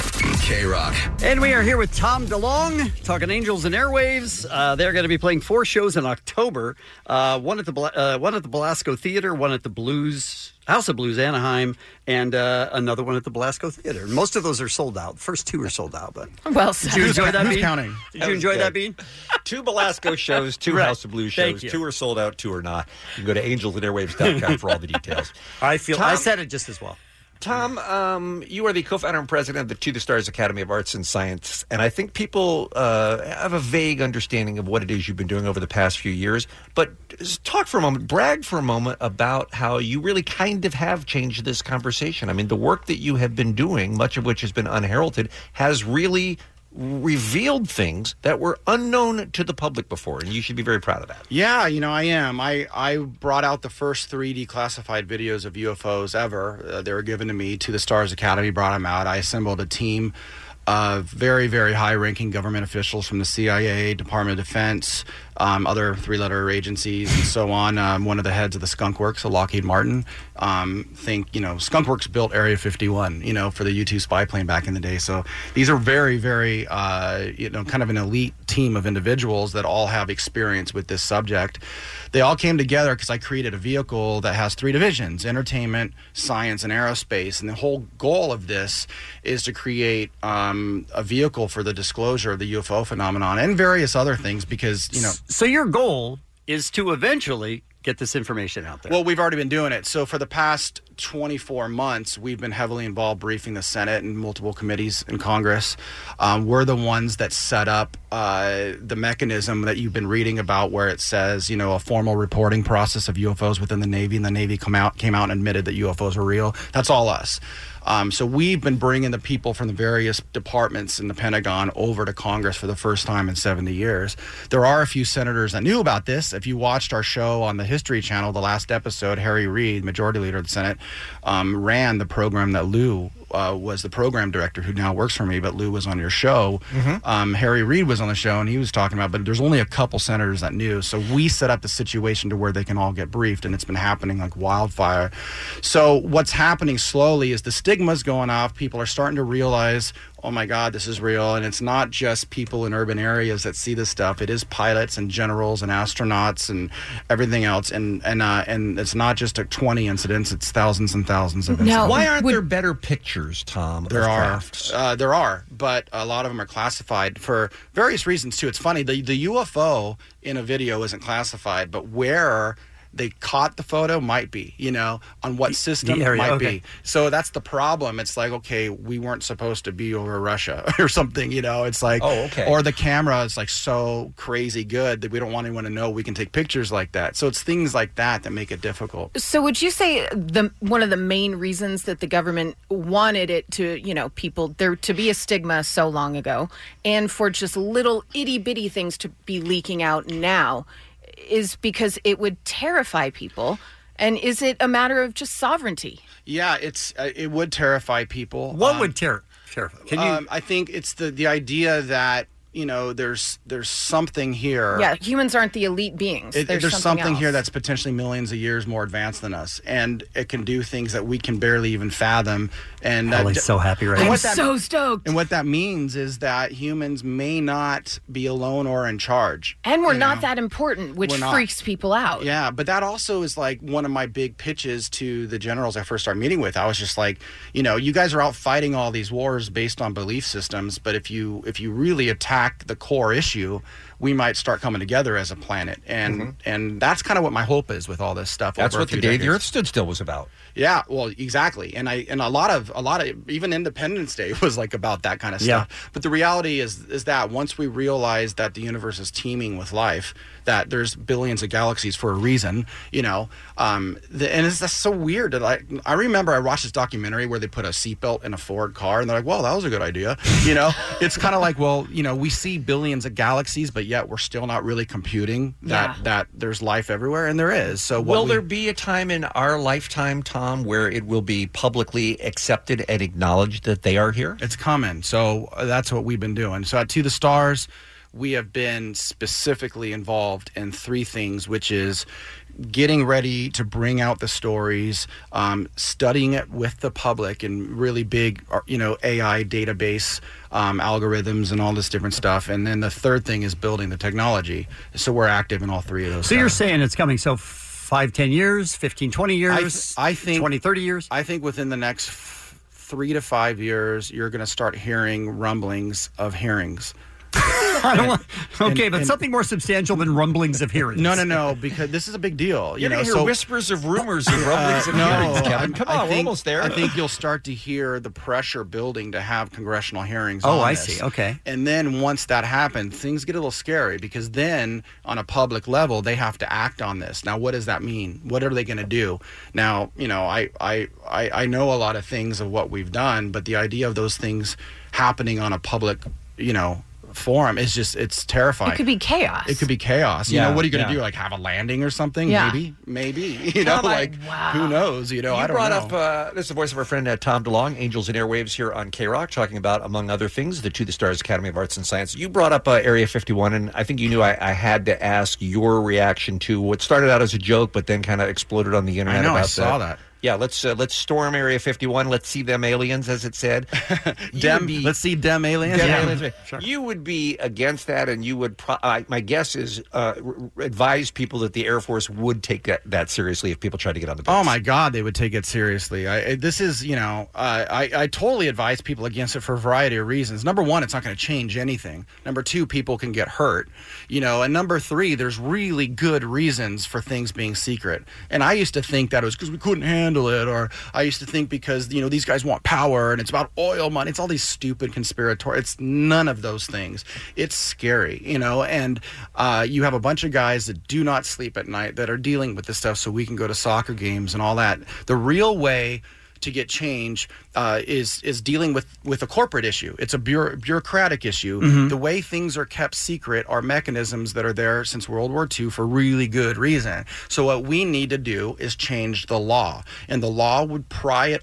S16: K Rock.
S10: And we are here with Tom DeLong, talking Angels and Airwaves. Uh, they're going to be playing four shows in October. Uh, one at the Bla- uh, one at the Belasco Theater, one at the Blues House of Blues Anaheim, and uh, another one at the Belasco Theater. Most of those are sold out. First two are sold out, but
S12: Well,
S10: did you enjoy that? Bean? Did you enjoy that? Bean?
S11: two Belasco shows, two
S10: Right.
S11: House of Blues
S10: Thank
S11: shows.
S10: you.
S11: Two are sold out, two are not. You can go to angelsandairwaves.com for all the details.
S10: I feel I
S11: Tom-
S10: said it just as well.
S11: Tom, um, you are the co-founder and president of the To the Stars Academy of Arts and Science, and I think people uh, have a vague understanding of what it is you've been doing over the past few years. But just talk for a moment, brag for a moment about how you really kind of have changed this conversation. I mean, the work that you have been doing, much of which has been unheralded, has really revealed things that were unknown to the public before, and you should be very proud of that.
S26: Yeah, you know, I am. I, I brought out the first 3D classified videos of UFOs ever. Uh, they were given to me to the Stars Academy, brought them out. I assembled a team of very, very high ranking government officials from the CIA, Department of Defense, um, other three letter agencies, and so on. Um, one of the heads of the Skunk Works, a Lockheed Martin. Um, think, you know, Skunk Works built Area 51, you know, for the U 2 spy plane back in the day. So these are very, very, uh, you know, kind of an elite team of individuals that all have experience with this subject. They all came together because I created a vehicle that has three divisions entertainment, science, and aerospace. And the whole goal of this is to create um, a vehicle for the disclosure of the UFO phenomenon and various other things because, you know.
S10: So your goal is to eventually get this information out there.
S26: Well, we've already been doing it. So for the past 24 months, we've been heavily involved briefing the Senate and multiple committees in Congress. Um, we're the ones that set up uh, the mechanism that you've been reading about, where it says, you know, a formal reporting process of UFOs within the Navy, and the Navy come out came out and admitted that UFOs were real. That's all us. Um, so we've been bringing the people from the various departments in the Pentagon over to Congress for the first time in 70 years. There are a few senators that knew about this. If you watched our show on the History Channel, the last episode, Harry Reid, Majority Leader of the Senate, um, ran the program that Lou uh, was the program director, who now works for me. But Lou was on your show.
S10: Mm-hmm.
S26: Um, Harry Reid was on the show, and he was talking about. But there's only a couple senators that knew, so we set up the situation to where they can all get briefed, and it's been happening like wildfire. So what's happening slowly is the stigma's going off. People are starting to realize, oh my God, this is real, and it's not just people in urban areas that see this stuff. It is pilots and generals and astronauts and everything else, and and uh, and it's not just like 20 incidents. It's thousands and thousands of incidents.
S11: why aren't there better pictures, Tom?
S26: There
S11: of
S26: are,
S11: craft?
S26: uh, there are, but a lot of them are classified for various reasons too. It's funny the the UFO in a video isn't classified, but where they caught the photo might be, you know, on what system
S10: area,
S26: might
S10: okay.
S26: be. So that's the problem. It's like, okay, we weren't supposed to be over Russia or something, you know. It's like,
S11: Oh, okay.
S26: Or the camera is like so crazy good that we don't want anyone to know we can take pictures like that. So it's things like that that make it difficult.
S12: So would you say the one of the main reasons that the government wanted it to, you know, people there to be a stigma so long ago and for just little itty bitty things to be leaking out now is because it would terrify people and is it a matter of just sovereignty?
S26: Yeah, it's uh, it would terrify people.
S10: What would terror? Terrify. Can you?
S26: um, I think it's the the idea that you know, there's there's something here.
S12: Yeah, humans aren't the elite beings.
S26: It,
S12: there's,
S26: there's, something,
S12: else.
S26: here that's potentially millions of years more advanced than us, and it can do things that we can barely even fathom. And that-
S10: Ellie's so happy right
S26: And
S10: now.
S26: what
S10: I'm
S26: that-
S10: so
S12: stoked.
S26: And what that means is that humans may not be alone or in charge.
S12: And we're
S26: you
S12: not
S26: know?
S12: that important, which
S26: We're not.
S12: freaks people out.
S26: Yeah, but that also is like one of my big pitches to the generals I first started meeting with. I was just like, you know, you guys are out fighting all these wars based on belief systems, but if you if you really attack the core issue, we might start coming together as a planet. And and that's kind of what my hope is with all this stuff.
S24: Mm-hmm. That's
S26: over a
S24: what the
S26: few
S24: day the
S26: decades.
S24: Earth stood still was about.
S26: Yeah, well, exactly. And I and a lot of a lot of even Independence Day was like about that kind of
S10: Yeah.
S26: stuff. But the reality is is that once we realize that the universe is teeming with life, that there's billions of galaxies for a reason, you know. Um, the, and it's that's so weird. That I I remember I watched this documentary where they put a seatbelt in a Ford car, and they're like, "Well, that was a good idea," you know. it's kind of like, well, you know, we see billions of galaxies, but yet we're still not really computing that
S24: Yeah.
S26: that there's life everywhere, and there is. So what
S24: Will
S26: we-
S24: there be a time in our lifetime, Tom, where it will be publicly accepted and acknowledged that they are here?
S26: It's coming. So uh, that's what we've been doing. So at To the Stars, we have been specifically involved in three things, which is getting ready to bring out the stories, um, studying it with the public in really big, uh, you know, AI database um, algorithms and all this different stuff. And then the third thing is building the technology. So we're active in all three of those.
S10: So you're saying it's coming. So five, ten years, 15, 20 years.
S26: I, I think
S10: 20, 30 years.
S26: I think within the next f- three to five years, you're going to start hearing rumblings of hearings.
S10: I don't want,
S26: And-
S10: okay, but
S26: and-
S10: something more substantial than rumblings of hearings.
S26: No, no, no, because this is a big deal.
S10: You're
S26: you know,
S10: gonna hear
S26: so,
S24: whispers of rumors and rumblings of
S26: no,
S24: hearings,
S26: I-
S24: Kevin. Come
S26: I
S24: on, we're
S26: think-
S24: almost there.
S26: I think you'll start to hear the pressure building to have congressional hearings.
S10: Oh,
S26: on
S10: I
S26: this.
S10: see. Okay.
S26: And then once that happens, things get a little scary because then on a public level, they have to act on this. Now, what does that mean? What are they going to do? Now, you know, I, I, I, I know a lot of things of what we've done, but the idea of those things happening on a public, you know, forum is just, it's terrifying.
S12: It could be chaos.
S26: It could be chaos. You
S10: Yeah,
S26: know, what are you going to
S10: yeah.
S26: do? Like have a landing or something?
S12: Yeah.
S26: Maybe, maybe. You know,
S24: Tom, I-
S26: like who knows? You know,
S24: you
S26: I don't
S24: brought
S26: know.
S24: up uh, this is the voice of our friend uh, Tom DeLong, Angels and Airwaves here on K Rock, talking about among other things the To the Stars Academy of Arts and Science. You brought up uh, Area 51, and I think you knew I, I had to ask your reaction to what started out as a joke, but then kind of exploded on the internet.
S26: know, I
S24: about
S26: saw
S24: the-
S26: that.
S24: Yeah, let's uh, let's storm Area 51. Let's see them aliens, as it said. You
S26: Dem,
S24: would be-
S26: let's see Dem aliens.
S24: Dem aliens. You would be against that, and you would. Pro- I, my guess is uh, r- r- advise people that the Air Force would take that, that seriously if people tried to get on the.
S26: Oh my God, they would take it seriously. I, I- this is, you know, uh, I, I totally advise people against it for a variety of reasons. Number one, it's not going to change anything. Number two, people can get hurt, you know. And number three, there's really good reasons for things being secret. And I used to think that it was because we couldn't handle it, or I used to think because, you know, these guys want power and it's about oil money. It's all these stupid conspiratorial, it's none of those things. It's scary, you know, and uh, you have a bunch of guys that do not sleep at night that are dealing with this stuff so we can go to soccer games and all that. The real way to get change uh, is is dealing with with a corporate issue. It's a bureau- bureaucratic issue.
S10: Mhm.
S26: The way things are kept secret are mechanisms that are there since World War II for really good reason. So what we need to do is change the law, and the law would pry it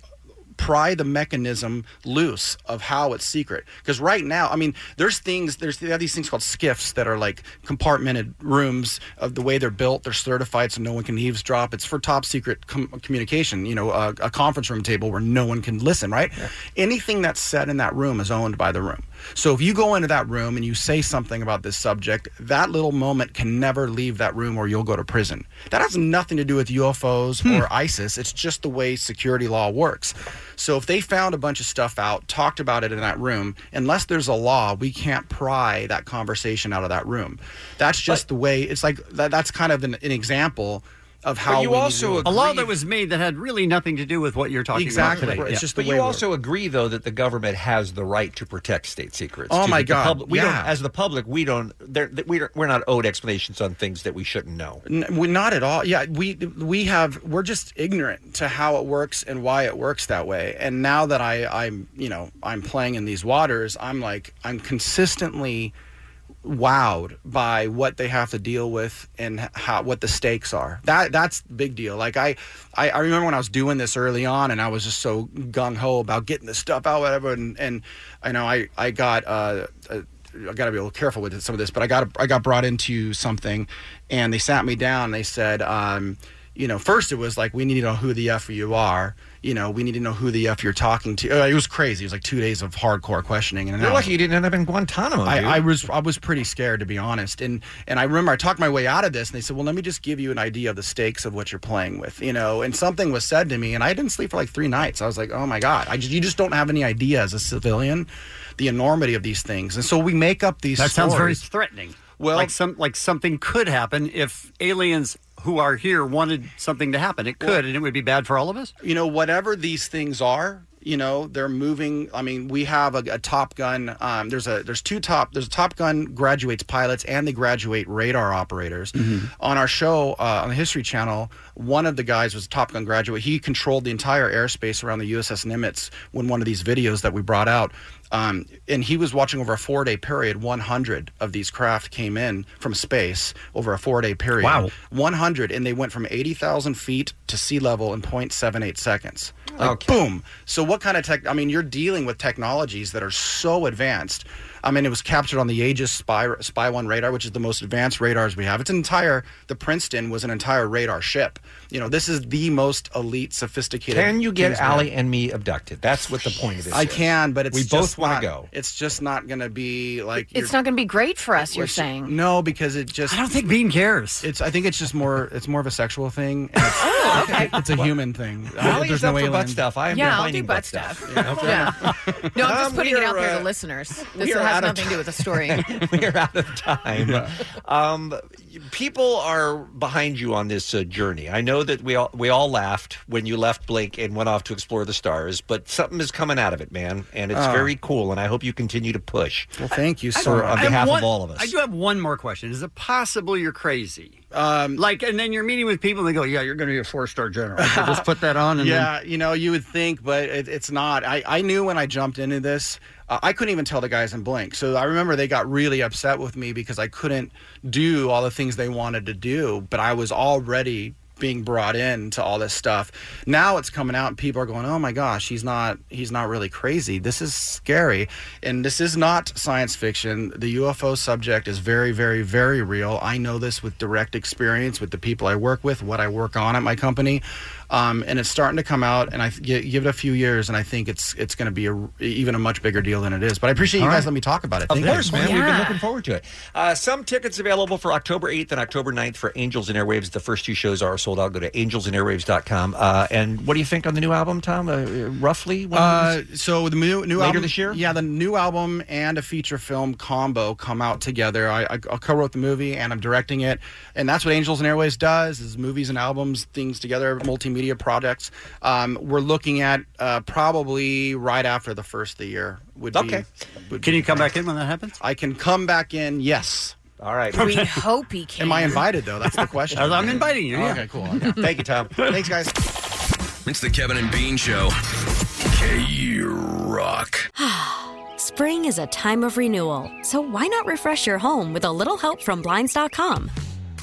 S26: pry the mechanism loose of how it's secret because right now i mean there's things there's they have these things called skiffs that are like compartmented rooms of the way they're built they're certified so no one can eavesdrop it's for top secret com- communication you know a, a conference room table where no one can listen right anything that's said in that room is owned by the room so if you go into that room and you say something about this subject that little moment can never leave that room or you'll go to prison that has nothing to do with ufos or isis it's just the way security law works so if they found a bunch of stuff out, talked about it in that room, unless there's a law, we can't pry that conversation out of that room. That's just the way. It's like that, that's kind of an, an example of how we need to do it.
S10: a law that was made that had really nothing to do with what you're talking about. today. Yeah.
S24: but you also agree, though, that the government has the right to protect state secrets.
S10: Oh,
S24: too,
S10: my
S24: that the
S10: God,
S24: public- we
S10: yeah.
S24: don't, as the public, we don't. They're, that we don't- we're not owed explanations on things that we shouldn't know.
S26: N- we not at all. Yeah, we we have we're just ignorant to how it works and why it works that way. And now that I I'm you know I'm playing in these waters, I'm like I'm consistently wowed by what they have to deal with and how what the stakes are. That that's the big deal. Like I, I I remember when I was doing this early on and I was just so gung ho about getting this stuff out whatever and and I know I I got uh, uh I got to be a little careful with some of this, but I got I got brought into something, and they sat me down. and They said, um, you know, first it was like we need to know who the f you are. You know, we need to know who the f you're talking to. Uh, It was crazy. It was like two days of hardcore questioning. And an
S24: You're
S26: hour.
S24: lucky you didn't end up in Guantanamo. dude.
S26: I, I was I was pretty scared to be honest, and and I remember I talked my way out of this, and they said, "Well, let me just give you an idea of the stakes of what you're playing with," you know. And something was said to me, and I didn't sleep for like three nights. I was like, "Oh my god, I just you just don't have any idea as a civilian, the enormity of these things." And so we make up these.
S10: That sounds very
S26: stories.
S10: threatening. Well, like some like something could happen if aliens who are here wanted something to happen. It could, and it would be bad for all of us.
S26: You know, whatever these things are, you know, they're moving. I mean, we have a, a Top Gun. Um, there's a there's two top there's a Top Gun graduates pilots and they graduate radar
S10: Mm-hmm.
S26: operators. On our show uh, on the History Channel, one of the guys was a Top Gun graduate. He controlled the entire airspace around the USS Nimitz when one of these videos that we brought out. Um, and he was watching over a four day period. 100 of these craft came in from space over a four day period.
S11: Wow.
S26: 100. And they went from 80,000 feet to sea level in 0.78 seconds. Like, boom. So, what kind of tech? I mean, you're dealing with technologies that are so advanced. I mean, it was captured on the Aegis Spy, Spy One radar, which is the most advanced radars we have. It's an entire, the Princeton was an entire radar ship. You know, this is the most elite, sophisticated.
S24: Can you get
S26: Kingsman.
S24: Ali and me abducted? That's what the point of this.
S26: I
S24: is.
S26: can, but it's
S24: we both
S26: just
S24: wanna
S26: not-
S24: go.
S26: It's just not going to be like
S12: It's not going to be great for us. You're
S26: Which-
S12: saying.
S26: no because it just. I don't
S10: think Bean cares.
S26: It's. I think it's just more. It's more of a sexual thing. and it's, It's a human thing. I-
S24: Ali
S26: there's
S24: is
S26: no
S24: up for butt
S26: alien.
S24: stuff. I am
S12: Oh, yeah, I'll
S24: declining
S12: do butt stuff. Yeah. No, I'm just putting it out
S26: uh,
S12: there to listeners.
S24: we
S12: This
S24: are out
S12: has
S24: of
S12: nothing to do with the story.
S24: we are out of time. Um, people are behind you on this uh, journey. I know that we all we all laughed when you left Blake and went off to explore the stars, but something is coming out of it, man, and it's
S10: Oh.
S24: very cool. And I hope you continue to push.
S26: Well, thank you,
S24: for,
S10: I-
S24: on
S10: I have
S24: behalf
S10: one-
S24: of all of us.
S10: I do have one more question. Is it possible you're crazy? Um, like, and then you're meeting with people, and they go, "Yeah, you're going to be a four star general." So just put that on, and
S26: yeah, you know, you would think, but it, it's not. I, I knew when I jumped into this, uh, I couldn't even tell the guys in blank. So I remember they got really upset with me because I couldn't do all the things they wanted to do, but I was already being brought in to all this stuff. Now it's coming out and people are going, "Oh my gosh, he's not he's not really crazy. This is scary." And this is not science fiction. The UFO subject is very very very real. I know this with direct experience with the people I work with, what I work on at my company. Um, and it's starting to come out and I th- gi- give it a few years and I think it's it's going to be a r even a much bigger deal than it is. But I appreciate you
S24: All
S26: guys
S24: right.
S26: let me talk about it.
S24: Of
S26: Thank you.
S24: course, man. We've been looking forward to it. Uh, some tickets available for October 8th and October 9th for Angels and Airwaves. The first two shows are sold out. Go to angelsandairwaves.com. Uh, and what do you think on the new album, Tom? Uh, Uh, roughly? When
S26: Uh, so the new new
S24: Later
S26: album,
S24: this
S26: year. Yeah, the new album and a feature film combo come out together. I, I, I co-wrote the movie and I'm directing it, and that's what Angels and Airways does: is movies and albums, things together, multimedia projects. Um, we're looking at uh, probably right after the first of the year. Would
S10: Okay.
S26: Be, would
S10: Can you come back in when that happens?
S26: I can come back in. Yes.
S24: All right.
S12: We hope he can.
S26: Am I invited though? That's the question.
S10: I'm inviting you, yeah.
S26: Okay, cool.
S24: Thank you, Tom.
S26: Thanks, guys.
S16: It's the Kevin and Bean Show. K Rock.
S28: Spring is a time of renewal, so why not refresh your home with a little help from Blinds.com?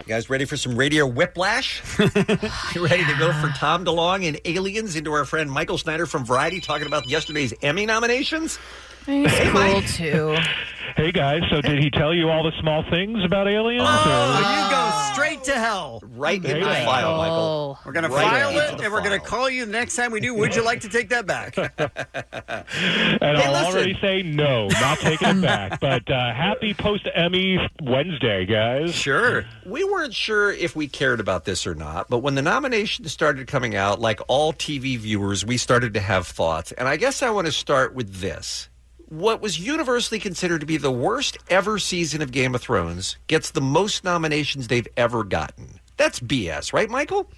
S11: You guys ready for some radio whiplash? you ready to go for Tom DeLong and Aliens into our friend Michael Snyder from Variety talking about yesterday's Emmy nominations?
S12: He's cool too.
S3: Hey guys, so did he tell you all the small things about aliens?
S10: Um, you go
S9: Ah.
S10: straight to hell.
S11: Right
S3: in the Right. file,
S26: Oh.
S3: Michael.
S10: We're going to
S3: Right
S10: file
S3: into
S10: it, and
S3: the
S10: we're going to call you the next time we do. Would you like to take that back?
S3: or- and I'll already say no, not taking it back. But uh, happy post Emmy Wednesday, guys.
S11: Sure. We weren't sure if we cared about this or not, but when the nominations started coming out, like all TV viewers, we started to have thoughts. And I guess I want to start with this. What was universally considered to be the worst ever season of Game of Thrones gets the most nominations they've ever gotten. That's BS, right, Michael?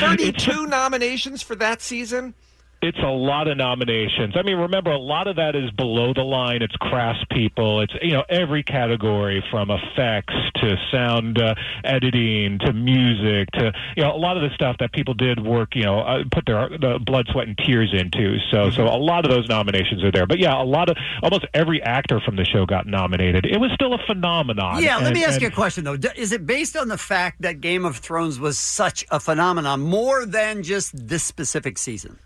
S11: 32 nominations for that season?
S3: It's a lot of nominations. I mean, remember, a lot of that is below the line. It's craftspeople. It's you know every category from effects to sound uh, editing to music to you know a lot of the stuff that people did work you know uh, put their uh, blood, sweat, and tears into.
S10: Mm-hmm.
S3: So so a lot of those nominations are there. But yeah, a lot of almost every actor from the show got nominated. It was still a phenomenon.
S10: Yeah, let
S3: And-
S10: me ask
S3: and-
S10: you a question though. D- Is it based on the fact that Game of Thrones was such a phenomenon more than just this specific season?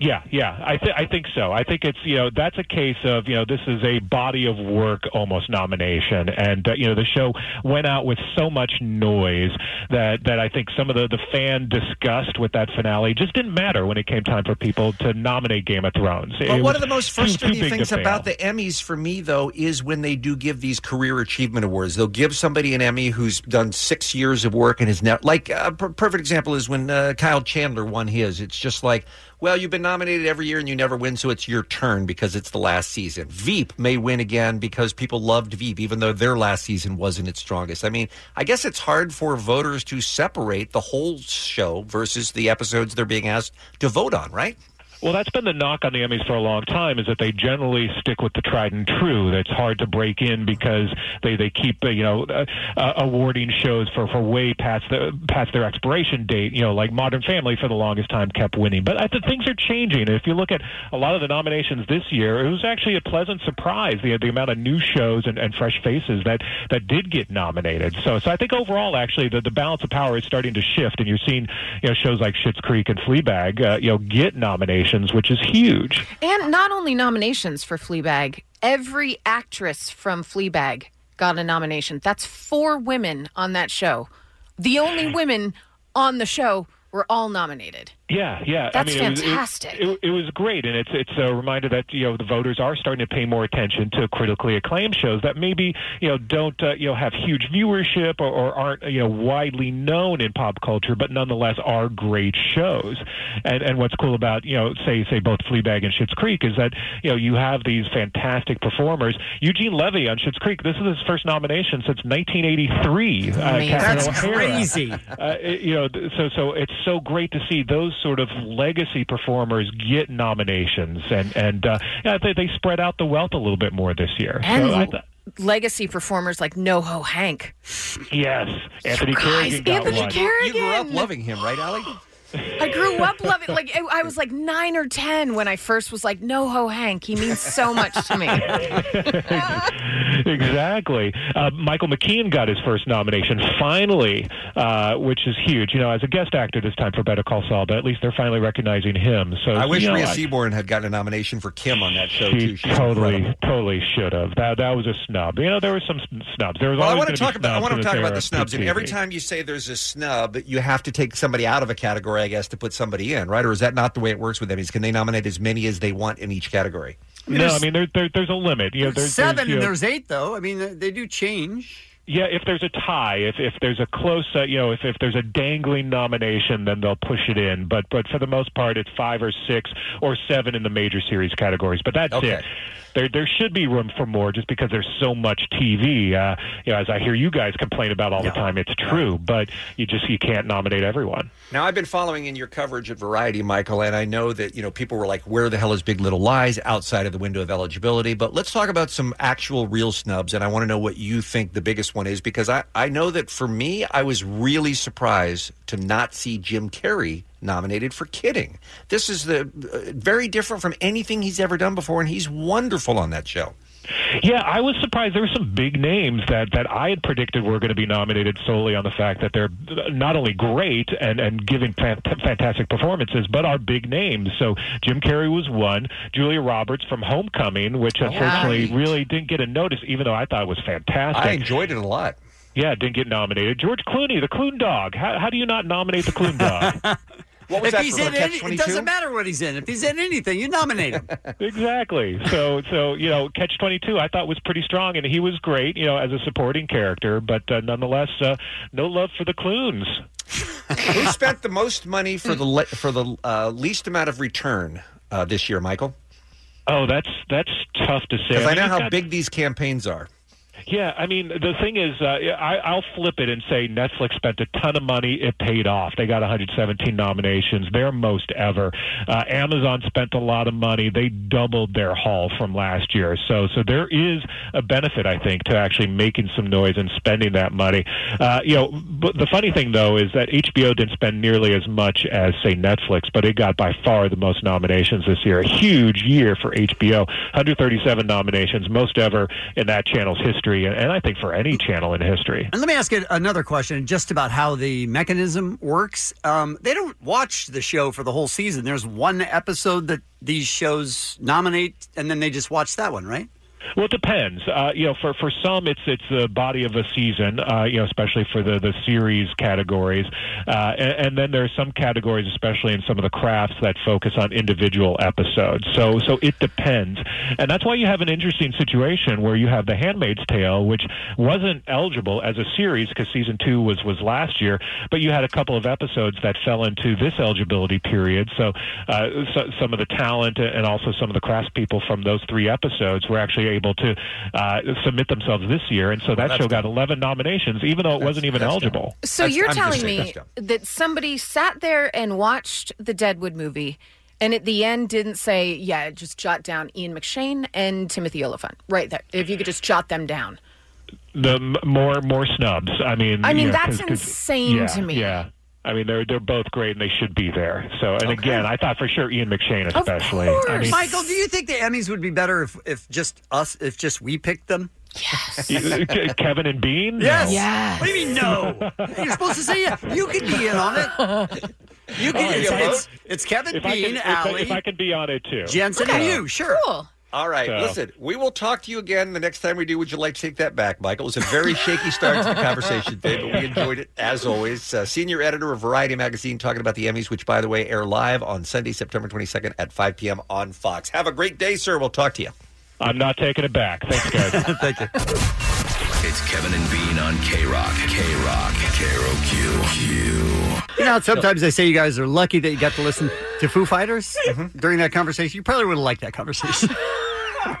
S3: Yeah, yeah, I, th- I think so. I think it's you know that's a case of you know this is a body of work almost nomination, and uh, you know the show went out with so much noise that that I think some of the the fan disgust with that finale just didn't matter when it came time for people to nominate Game of Thrones. It
S11: But one
S3: was
S11: of the most
S3: too- too
S11: frustrating
S3: big to
S11: things
S3: fail.
S11: about the Emmys for me, though, is when they do give these career achievement awards. They'll give somebody an Emmy who's done six years of work and is now like a per- perfect example is when uh, Kyle Chandler won his. It's just like, well, you've been nominated every year and you never win, so it's your turn because it's the last season. Veep may win again because people loved Veep, even though their last season wasn't its strongest. I mean, I guess it's hard for voters to separate the whole show versus the episodes they're being asked to vote on, right?
S3: Well, that's been the knock on the Emmys for a long time is that they generally stick with the tried and true. That's hard to break in because they they keep uh, you know uh, uh, awarding shows for for way past the past their expiration date. You know, like Modern Family for the longest time kept winning, but I think things are changing. If you look at a lot of the nominations this year, it was actually a pleasant surprise the the amount of new shows and, and fresh faces that that did get nominated. So so I think overall actually the the balance of power is starting to shift, and you're seeing you know shows like Schitt's Creek and Fleabag uh, you know get nominations, which is huge.
S12: And not only nominations for Fleabag, every actress from Fleabag got a nomination. That's four women on that show. The only women on the show were all nominated.
S3: Yeah, yeah.
S12: That's
S3: I mean, it was- it-
S12: fantastic.
S3: It, it was great, and it's it's a reminder that you know the voters are starting to pay more attention to critically acclaimed shows that maybe you know don't uh, you know have huge viewership or, or aren't you know widely known in pop culture, but nonetheless are great shows. And and what's cool about you know say say both Fleabag and Schitt's Creek is that you know you have these fantastic performers. Eugene Levy on Schitt's Creek. This is his first nomination since 1983. Uh, Catherine
S10: Amazing. That's
S3: O'Hara.
S10: crazy.
S3: Uh, it- you know, th- so so it's so great to see those sort of legacy performers get nominations, and and uh, yeah, they, they spread out the wealth a little bit more this year. So
S12: And
S3: I th-
S12: legacy performers like NoHo Hank.
S3: yes, Anthony
S12: Guys,
S3: Kerrigan got
S12: Anthony
S3: one.
S12: Kerrigan.
S11: You grew up loving him, right, Allie?
S12: I grew up loving like I- I was like 9 or 10 when I first was like NoHo Hank. He means so much to me.
S3: exactly. Uh, Michael McKean got his first nomination finally, uh, which is huge. You know, as a guest actor this time for Better Call Saul, but at least they're finally recognizing him. So
S11: I wish
S3: you know, Hmm.
S11: Rhea
S3: I-
S11: Seaborn had gotten a nomination for Kim on that show
S3: She
S11: too. She's
S3: totally,
S11: incredible.
S3: totally should have. That that was a snub. You know, there were some s- snubs. There was
S11: Well, I
S3: always
S11: want to
S3: gonna be
S11: talk about I
S3: snubs
S11: want
S3: in
S11: to talk about
S29: era
S11: the
S29: of
S11: snubs, and
S3: TV.
S11: every time you say there's a snub, you have to take somebody out of a category, I guess, to put somebody in, right? Or is that not the way it works with Emmys? Can they nominate as many as they want in each category?
S3: No, I mean there, there, there's a limit. You know, there's
S10: Seven
S3: there's, you
S10: and
S3: know-
S10: there's eight though. I mean, they- they do change.
S3: Yeah, if there's a tie, if if there's a close, uh, you know, if if there's a dangling nomination, then they'll push it in. But but for the most part, it's five or six or seven in the major series categories. But that's
S9: Okay.
S3: it. There there should be room for more, just because there's so much TV. Uh, you know, as I hear you guys complain about all the time, it's true. But you just you can't nominate everyone.
S11: Now I've been following in your coverage at Variety, Michael, and I know that you know people were like, "Where the hell is Big Little Lies?" outside of the window of eligibility. But let's talk about some actual real snubs, and I want to know what you think the biggest one is because I I know that for me, I was really surprised to not see Jim Carrey nominated for Kidding. This is the uh, very different from anything he's ever done before, and he's wonderful on that show.
S3: Yeah, I was surprised. There were some big names that, that I had predicted were going to be nominated solely on the fact that they're uh, not only great and, and giving fan- fantastic performances, but are big names. So Jim Carrey was one. Julia Roberts from Homecoming, which unfortunately really didn't get a notice, even though I thought it was fantastic.
S11: I enjoyed it a lot.
S3: Yeah, didn't get nominated. George Clooney, the Clune Dog. How, how do you not nominate the Clune Dog? What was
S10: if
S3: that
S10: he's
S3: for,
S10: in
S3: Catch
S10: any, it
S3: 22?
S10: doesn't matter what he's in. If he's in anything, you nominate him.
S3: exactly. So, so you know, Catch Twenty Two, I thought was pretty strong, and he was great, you know, as a supporting character. But uh, nonetheless, uh, no love for the Clunes.
S11: Who spent the most money for the le- for the uh, least amount of return uh, this year, Michael?
S3: Oh, that's that's tough to say.
S11: Because I
S3: mean,
S11: know
S3: you've
S11: how
S3: got-
S11: big these campaigns are.
S3: Yeah, I mean, the thing is, uh, I, I'll flip it and say Netflix spent a ton of money. It paid off. They got 117 nominations, their most ever. Uh, Amazon spent a lot of money. They doubled their haul from last year. So, so there is a benefit, I think, to actually making some noise and spending that money. Uh, you know, but the funny thing though is that HBO didn't spend nearly as much as say Netflix, but it got by far the most nominations this year. A huge year for HBO, 137 nominations, most ever in that channel's history, and, and I think for any channel in history.
S10: And let me ask you another question just about how the mechanism works. Um, they don't watch the show for the whole season. There's one episode that these shows nominate, and then they just watch that one, right?
S3: Well, it depends. Uh, you know, for for some, it's it's the body of a season. Uh, you know, especially for the the series categories, uh, and, and then there are some categories, especially in some of the crafts, that focus on individual episodes. So so it depends, and that's why you have an interesting situation where you have The Handmaid's Tale, which wasn't eligible as a series because season two was was last year, but you had a couple of episodes that fell into this eligibility period. So, uh, so some of the talent and also some of the craftspeople from those three episodes were actually able to uh, submit themselves this year, and so that
S11: that's
S3: show got 11 nominations, even though it wasn't even eligible.
S12: So you're telling me that somebody sat there and watched the Deadwood movie and at the end didn't say, yeah, just jot down Ian McShane and Timothy Oliphant right there. If you could just jot them down.
S3: the m- more more snubs. I mean,
S12: I
S3: you
S12: mean,
S3: know,
S12: that's
S3: 'cause- 'cause-
S12: insane
S3: yeah,
S12: to me.
S3: Yeah. I mean, they're they're both great, and they should be there. So, and again, I thought for sure Ian McShane, especially. I mean,
S10: Michael, do you think the Emmys would be better if, if just us, if just we picked them?
S3: uh, Ke- Kevin and Bean.
S10: Yes.
S3: No.
S10: What do you mean no? You're supposed to say yeah. You can be in on it. You can.
S3: Oh,
S10: it's,
S3: yeah,
S10: it's,
S3: both?
S10: it's Kevin
S3: If I can-
S10: Bean,
S3: if I-
S10: Allie,
S3: if I can be on it too,
S10: Jensen, and you. Sure.
S11: All right,
S3: So-
S11: listen. We will talk to you again the next time we do. Would you like to take that back, Michael? It was a very shaky start to the conversation today, but we enjoyed it as always. Uh, senior editor of Variety magazine, talking about the Emmys, which by the way air live on Sunday, September 22nd at 5 p.m. on Fox. Have a great day, sir. We'll talk to you.
S3: I'm not taking it back. Thanks, guys.
S10: Thank you.
S16: It's Kevin and Bean on K Rock. K Rock. K Rock.
S10: You know, how sometimes they say you guys are lucky that you got to listen to Foo Fighters during that conversation. You probably would have liked that conversation.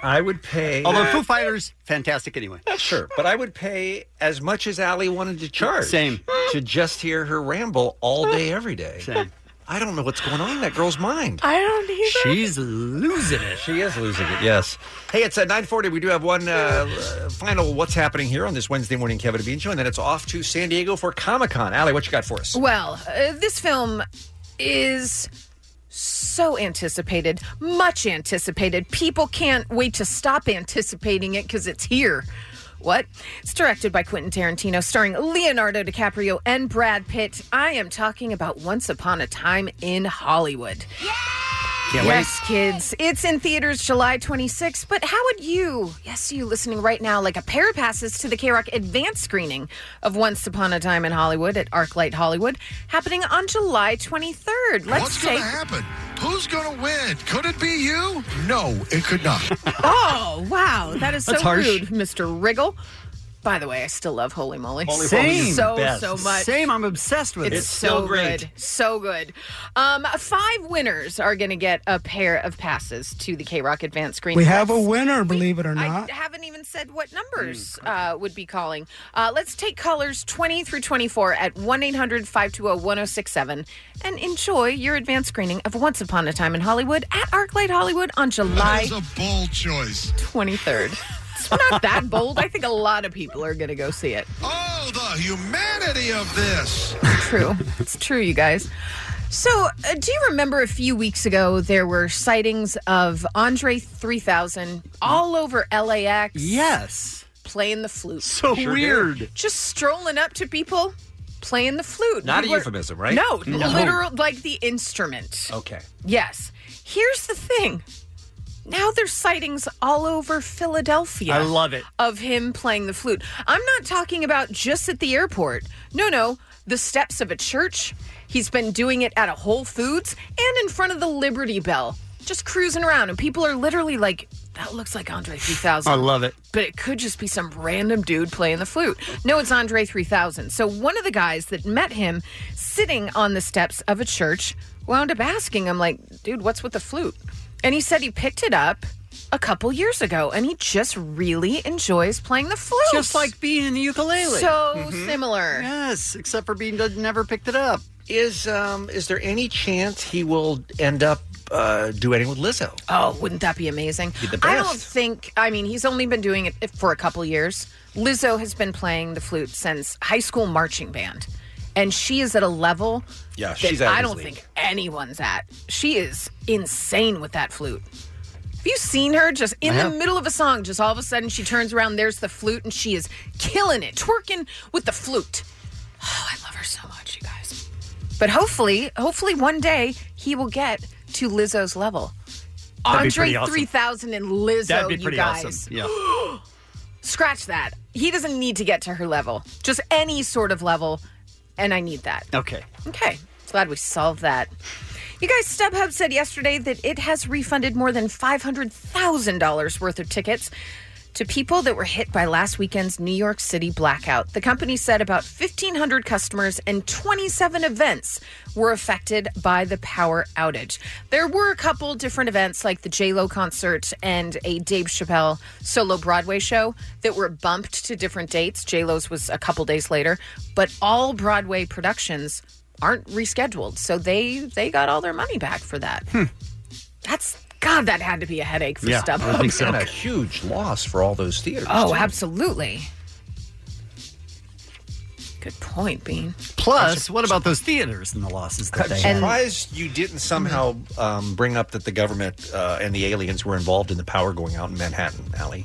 S11: I would pay.
S10: Although Foo Fighters, fantastic anyway.
S11: Sure, but I would pay as much as Allie wanted to charge.
S10: Same.
S11: To just hear her ramble all day, every day. Same. I don't know what's going on in that girl's mind.
S12: I don't either.
S10: She's losing it.
S11: She is losing it. Yes. Hey, it's at 9:40. We do have one uh, uh, final what's happening here on this Wednesday morning Kevin and Bean show, and then it's off to San Diego for Comic Con. Allie, what you got for us?
S12: Well, uh, this film is so anticipated, much anticipated. People can't wait to stop anticipating it because it's here. What? It's directed by Quentin Tarantino, starring Leonardo DiCaprio and Brad Pitt. I am talking about Once Upon a Time in Hollywood.
S10: Can't
S12: yes, kids. It's in theaters July 26th. But how would you, yes, you listening right now, like a pair of passes to the K Rock advanced screening of Once Upon a Time in Hollywood at ArcLight Hollywood, happening on July 23rd? Let's
S17: What's
S12: take.
S17: going to happen? Who's going to win? Could it be you? No, it could not.
S12: Oh, wow. That is so
S17: That's harsh.
S12: rude, Mr. Wriggle. By the way, I still love Holy Moly.
S10: Holy
S12: so,
S10: Moly is
S12: so,
S10: the best.
S12: so much.
S10: Same, I'm obsessed with
S12: it's
S10: it.
S12: It's so good. So good. Um, five winners are going to get a pair of passes to the K Rock Advanced Screen.
S8: We have a winner, believe it or
S12: I
S8: not.
S12: haven't even said what
S17: Mm,
S12: numbers uh, would be calling. Uh, let's take callers 20 through 24 at 1 800 520 1067 and enjoy your advanced screening of Once Upon a Time in Hollywood at ArcLight Hollywood on July
S17: That is a bold choice.
S12: 23rd. It's not that bold. I think a lot of people are going to go see it.
S17: Oh, the humanity of this.
S12: True. It's true, you guys. So, uh, do you remember a few weeks ago there were sightings of Andre 3000 all over LAX?
S10: Yes.
S12: Playing the flute.
S10: So Sure do. weird.
S12: Just strolling up to people playing the flute.
S11: Not a
S12: People are-
S11: euphemism, right?
S12: No,
S11: No.
S12: literal, like the instrument.
S11: Okay.
S12: Yes. Here's the thing. Now there's sightings all over Philadelphia.
S10: I love it.
S12: Of him playing the flute. I'm not talking about just at the airport. No, no, the steps of a church. He's been doing it at a Whole Foods and in front of the Liberty Bell, just cruising around. And people are literally like, that looks like Andre 3000.
S10: I love it.
S12: But it could just be some random dude playing the flute. No, it's Andre 3000. So one of the guys that met him sitting on the steps of a church wound up asking him, like, dude, what's with the flute? And he said he picked it up a couple years ago and he just really enjoys playing the flute.
S10: Just like being the ukulele. Mm-hmm.
S12: So similar.
S10: Yes, except for being doesn't never picked it up.
S11: Is um is there any chance he will end up uh, duetting with Lizzo?
S12: Oh, wouldn't that be amazing?
S11: Be the
S12: I
S11: best.
S12: don't think. I mean, he's only been doing it for a couple years. Lizzo has been playing the flute since high school marching band, and she is at a level.
S11: Yeah,
S12: that
S11: she's out of
S12: I
S11: his
S12: don't
S11: league.
S12: think anyone's at. She is insane with that flute. Have you seen her just in
S10: I
S12: the
S10: have.
S12: middle of a song? Just all of a sudden, she turns around. There's the flute, and she is killing it, twerking with the flute. Oh, I love her so much, you guys. But hopefully, hopefully one day he will get to Lizzo's level.
S10: That'd be
S12: Andre
S10: pretty awesome.
S12: 3000 and Lizzo,
S10: That'd be
S12: you
S10: pretty
S12: guys.
S10: awesome. Yeah.
S12: Scratch that. He doesn't need to get to her level, just any sort of level, and I need that.
S10: Okay.
S12: Okay, glad we solved that. You guys, StubHub said yesterday that it has refunded more than $500,000 worth of tickets to people that were hit by last weekend's New York City blackout. The company said about 1,500 customers and 27 events were affected by the power outage. There were a couple different events, like the J-Lo concert and a Dave Chappelle solo Broadway show, that were bumped to different dates. J-Lo's was a couple days later, but all Broadway productions aren't rescheduled, so they they got all their money back for that.
S11: Hmm.
S12: That's God, that had to be a headache for StubHub.
S11: And a huge loss for all those theaters.
S12: Oh,
S11: too.
S12: absolutely. Good point, Bean.
S10: Plus, what about those theaters and the losses that
S11: I'm
S10: they had?
S11: surprised you didn't somehow um, bring up that the government uh, and the aliens were involved in the power going out in Manhattan, Allie.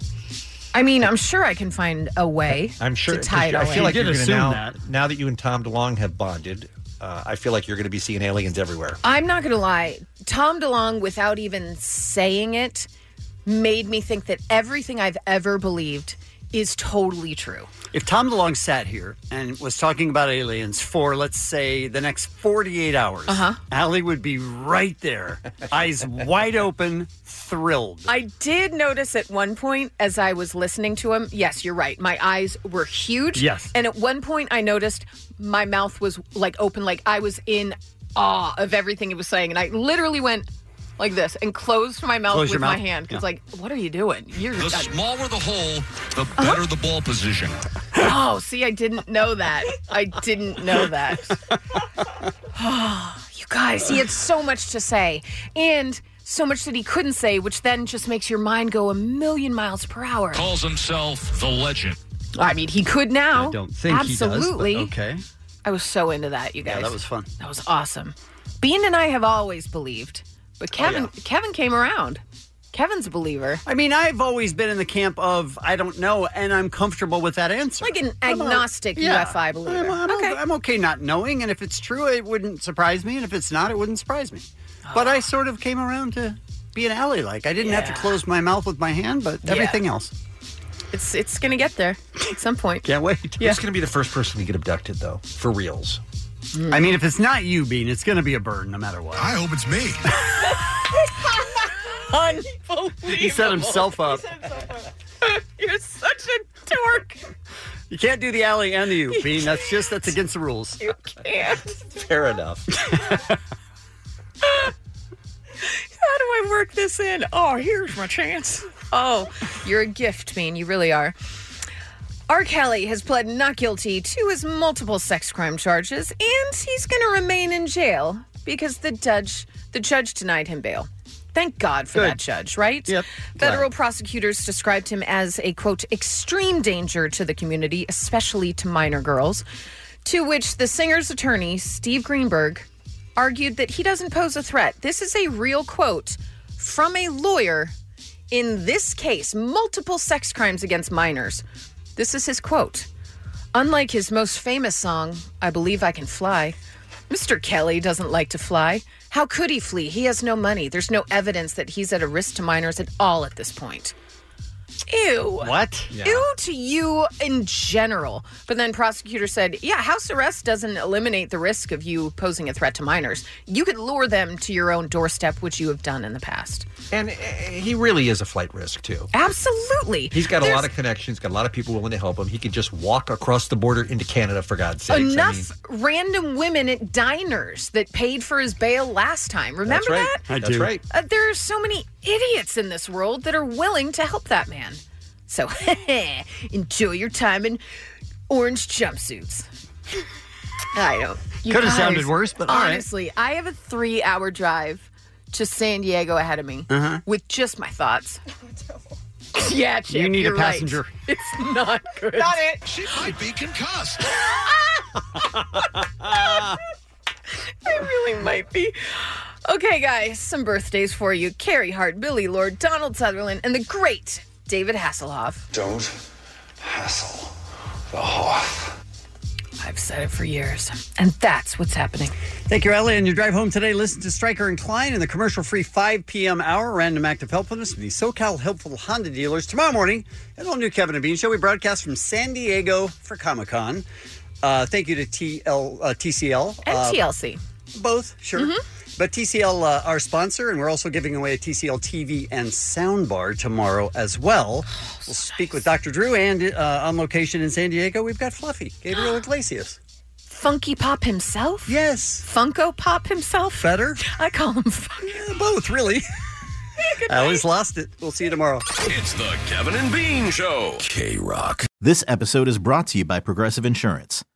S12: I mean, I'm sure I can find a way.
S11: I'm sure.
S12: to tie it
S11: I
S12: all
S11: feel
S12: in.
S11: like you're gonna now, now that you and Tom DeLong have bonded, uh, I feel like you're going to be seeing aliens everywhere.
S12: I'm not going to lie. Tom DeLong, without even saying it, made me think that everything I've ever believed is totally true.
S10: If Tom DeLong sat here and was talking about aliens for, let's say, the next 48 hours,
S12: Uh-huh.
S10: Allie would be right there, eyes wide open, thrilled.
S12: I did notice at one point as I was listening to him, yes, you're right. My eyes were huge.
S10: Yes.
S12: And at one point I noticed my mouth was like open, like I was in awe of everything he was saying. And I literally went like this and closed my mouth
S17: Close
S12: with
S17: your
S12: my
S17: mouth?
S12: hand. Because,
S17: Yeah.
S12: like, what are you doing? You're
S17: The smaller the hole, the better the ball position.
S12: Oh, see, I didn't know that. I didn't know that. Oh, you guys, he had so much to say and so much that he couldn't say, which then just makes your mind go a million miles per hour.
S17: Calls himself the legend.
S12: I mean, he could now.
S17: I don't
S10: think he does, but
S12: Absolutely.
S10: okay.
S12: I was so into that, you guys.
S10: Yeah, that was fun.
S12: That was awesome. Bean and I have always believed, but Kevin Kevin came around. Kevin's a believer.
S10: I mean, I've always been in the camp of I don't know, and I'm comfortable with that answer.
S12: Like an
S10: I'm a-
S12: agnostic
S10: yeah.
S12: UFI believer.
S10: I'm, I'm okay. I'm okay not knowing, and if it's true, it wouldn't surprise me, and if it's not, it wouldn't surprise me. But I sort of came around to be an alley like. I didn't have to
S12: Yeah.
S10: close my mouth with my hand, but
S12: Yeah.
S10: everything else.
S12: It's it's gonna get there at some point.
S10: Can't wait.
S12: Yeah.
S11: Who's going to be the first person to get abducted, though, for reals?
S10: Hmm. I mean, if it's not you, Bean, it's going to be a bird no matter what.
S17: I hope it's me.
S12: Unbelievable.
S10: He set himself up.
S12: You're such a dork.
S10: You can't do the alley and the you, Bean. That's just that's against the rules.
S12: You can't.
S11: Fair enough.
S12: How do I work this in? Oh, here's my chance. Oh, you're a gift, man. You really are. R. Kelly has pled not guilty to his multiple sex crime charges, and he's going to remain in jail because the judge the judge denied him bail. Thank God for
S10: Good.
S12: that judge, right? Yep. Federal prosecutors described him as a quote extreme danger to the community, especially to minor girls. To which the singer's attorney, Steve Greenberg, argued that he doesn't pose a threat. This is a real quote from a lawyer in this case, multiple sex crimes against minors. This is his quote. Unlike his most famous song, I Believe I Can Fly, Mr. Kelly doesn't like to fly. How could he flee? He has no money. There's no evidence that he's at a risk to minors at all at this point. Ew.
S10: What?
S12: Ew to you in general. But then prosecutor said, yeah, house arrest doesn't eliminate the risk of you posing a threat to minors. You could lure them to your own doorstep, which you have done in the past.
S24: And He really is a flight risk, too.
S12: absolutely.
S24: He's got a lot
S12: There's-
S24: of connections, got a lot of people willing to help him. He could just walk across the border into Canada, for God's sake.
S12: Enough random women at diners that paid for his bail last time. Remember
S24: right.
S12: that?
S24: I That's do. right.
S12: Uh, there are so many idiots in this world that are willing to help that man. So enjoy your time in orange jumpsuits. I don't. you
S10: Could have sounded
S12: guys,
S10: worse, but all right.
S12: honestly, I have a three-hour drive to San Diego ahead of me
S10: Uh-huh.
S12: with just my thoughts. yeah, chick,
S10: You need a
S12: you're right.
S10: passenger.
S12: It's not good.
S9: Not
S12: it.
S17: She might be concussed.
S12: I really might be. Okay, guys, some birthdays for you. Carrie Hart, Billy Lord, Donald Sutherland, and the great David Hasselhoff.
S9: Don't hassle the Hoff.
S12: I've said it for years. And that's what's happening.
S10: Thank you, Ellie. And your drive home today, listen to Stryker and Klein in the commercial free 5 p.m. hour. Random act of helpfulness with the SoCal Helpful Honda dealers. Tomorrow morning, an all new Kevin and Bean show. We broadcast from San Diego for Comic Con. Uh, thank you to TL, uh, TCL.
S12: And
S10: uh,
S12: TLC.
S10: Both, sure.
S12: Mm-hmm.
S10: But TCL, uh, our sponsor, and we're also giving away a TCL TV and soundbar tomorrow as well.
S12: Oh,
S10: we'll speak with Dr. Drew, and uh, on location in San Diego, we've got Fluffy, Gabriel Iglesias.
S12: Funky Pop himself?
S10: Yes.
S12: Funko Pop himself?
S10: Better?
S12: I call him Funko.
S10: both, really. I always lost it. We'll see you tomorrow.
S16: It's the Kevin and Bean Show. K Rock.
S1: This episode is brought to you by Progressive Insurance.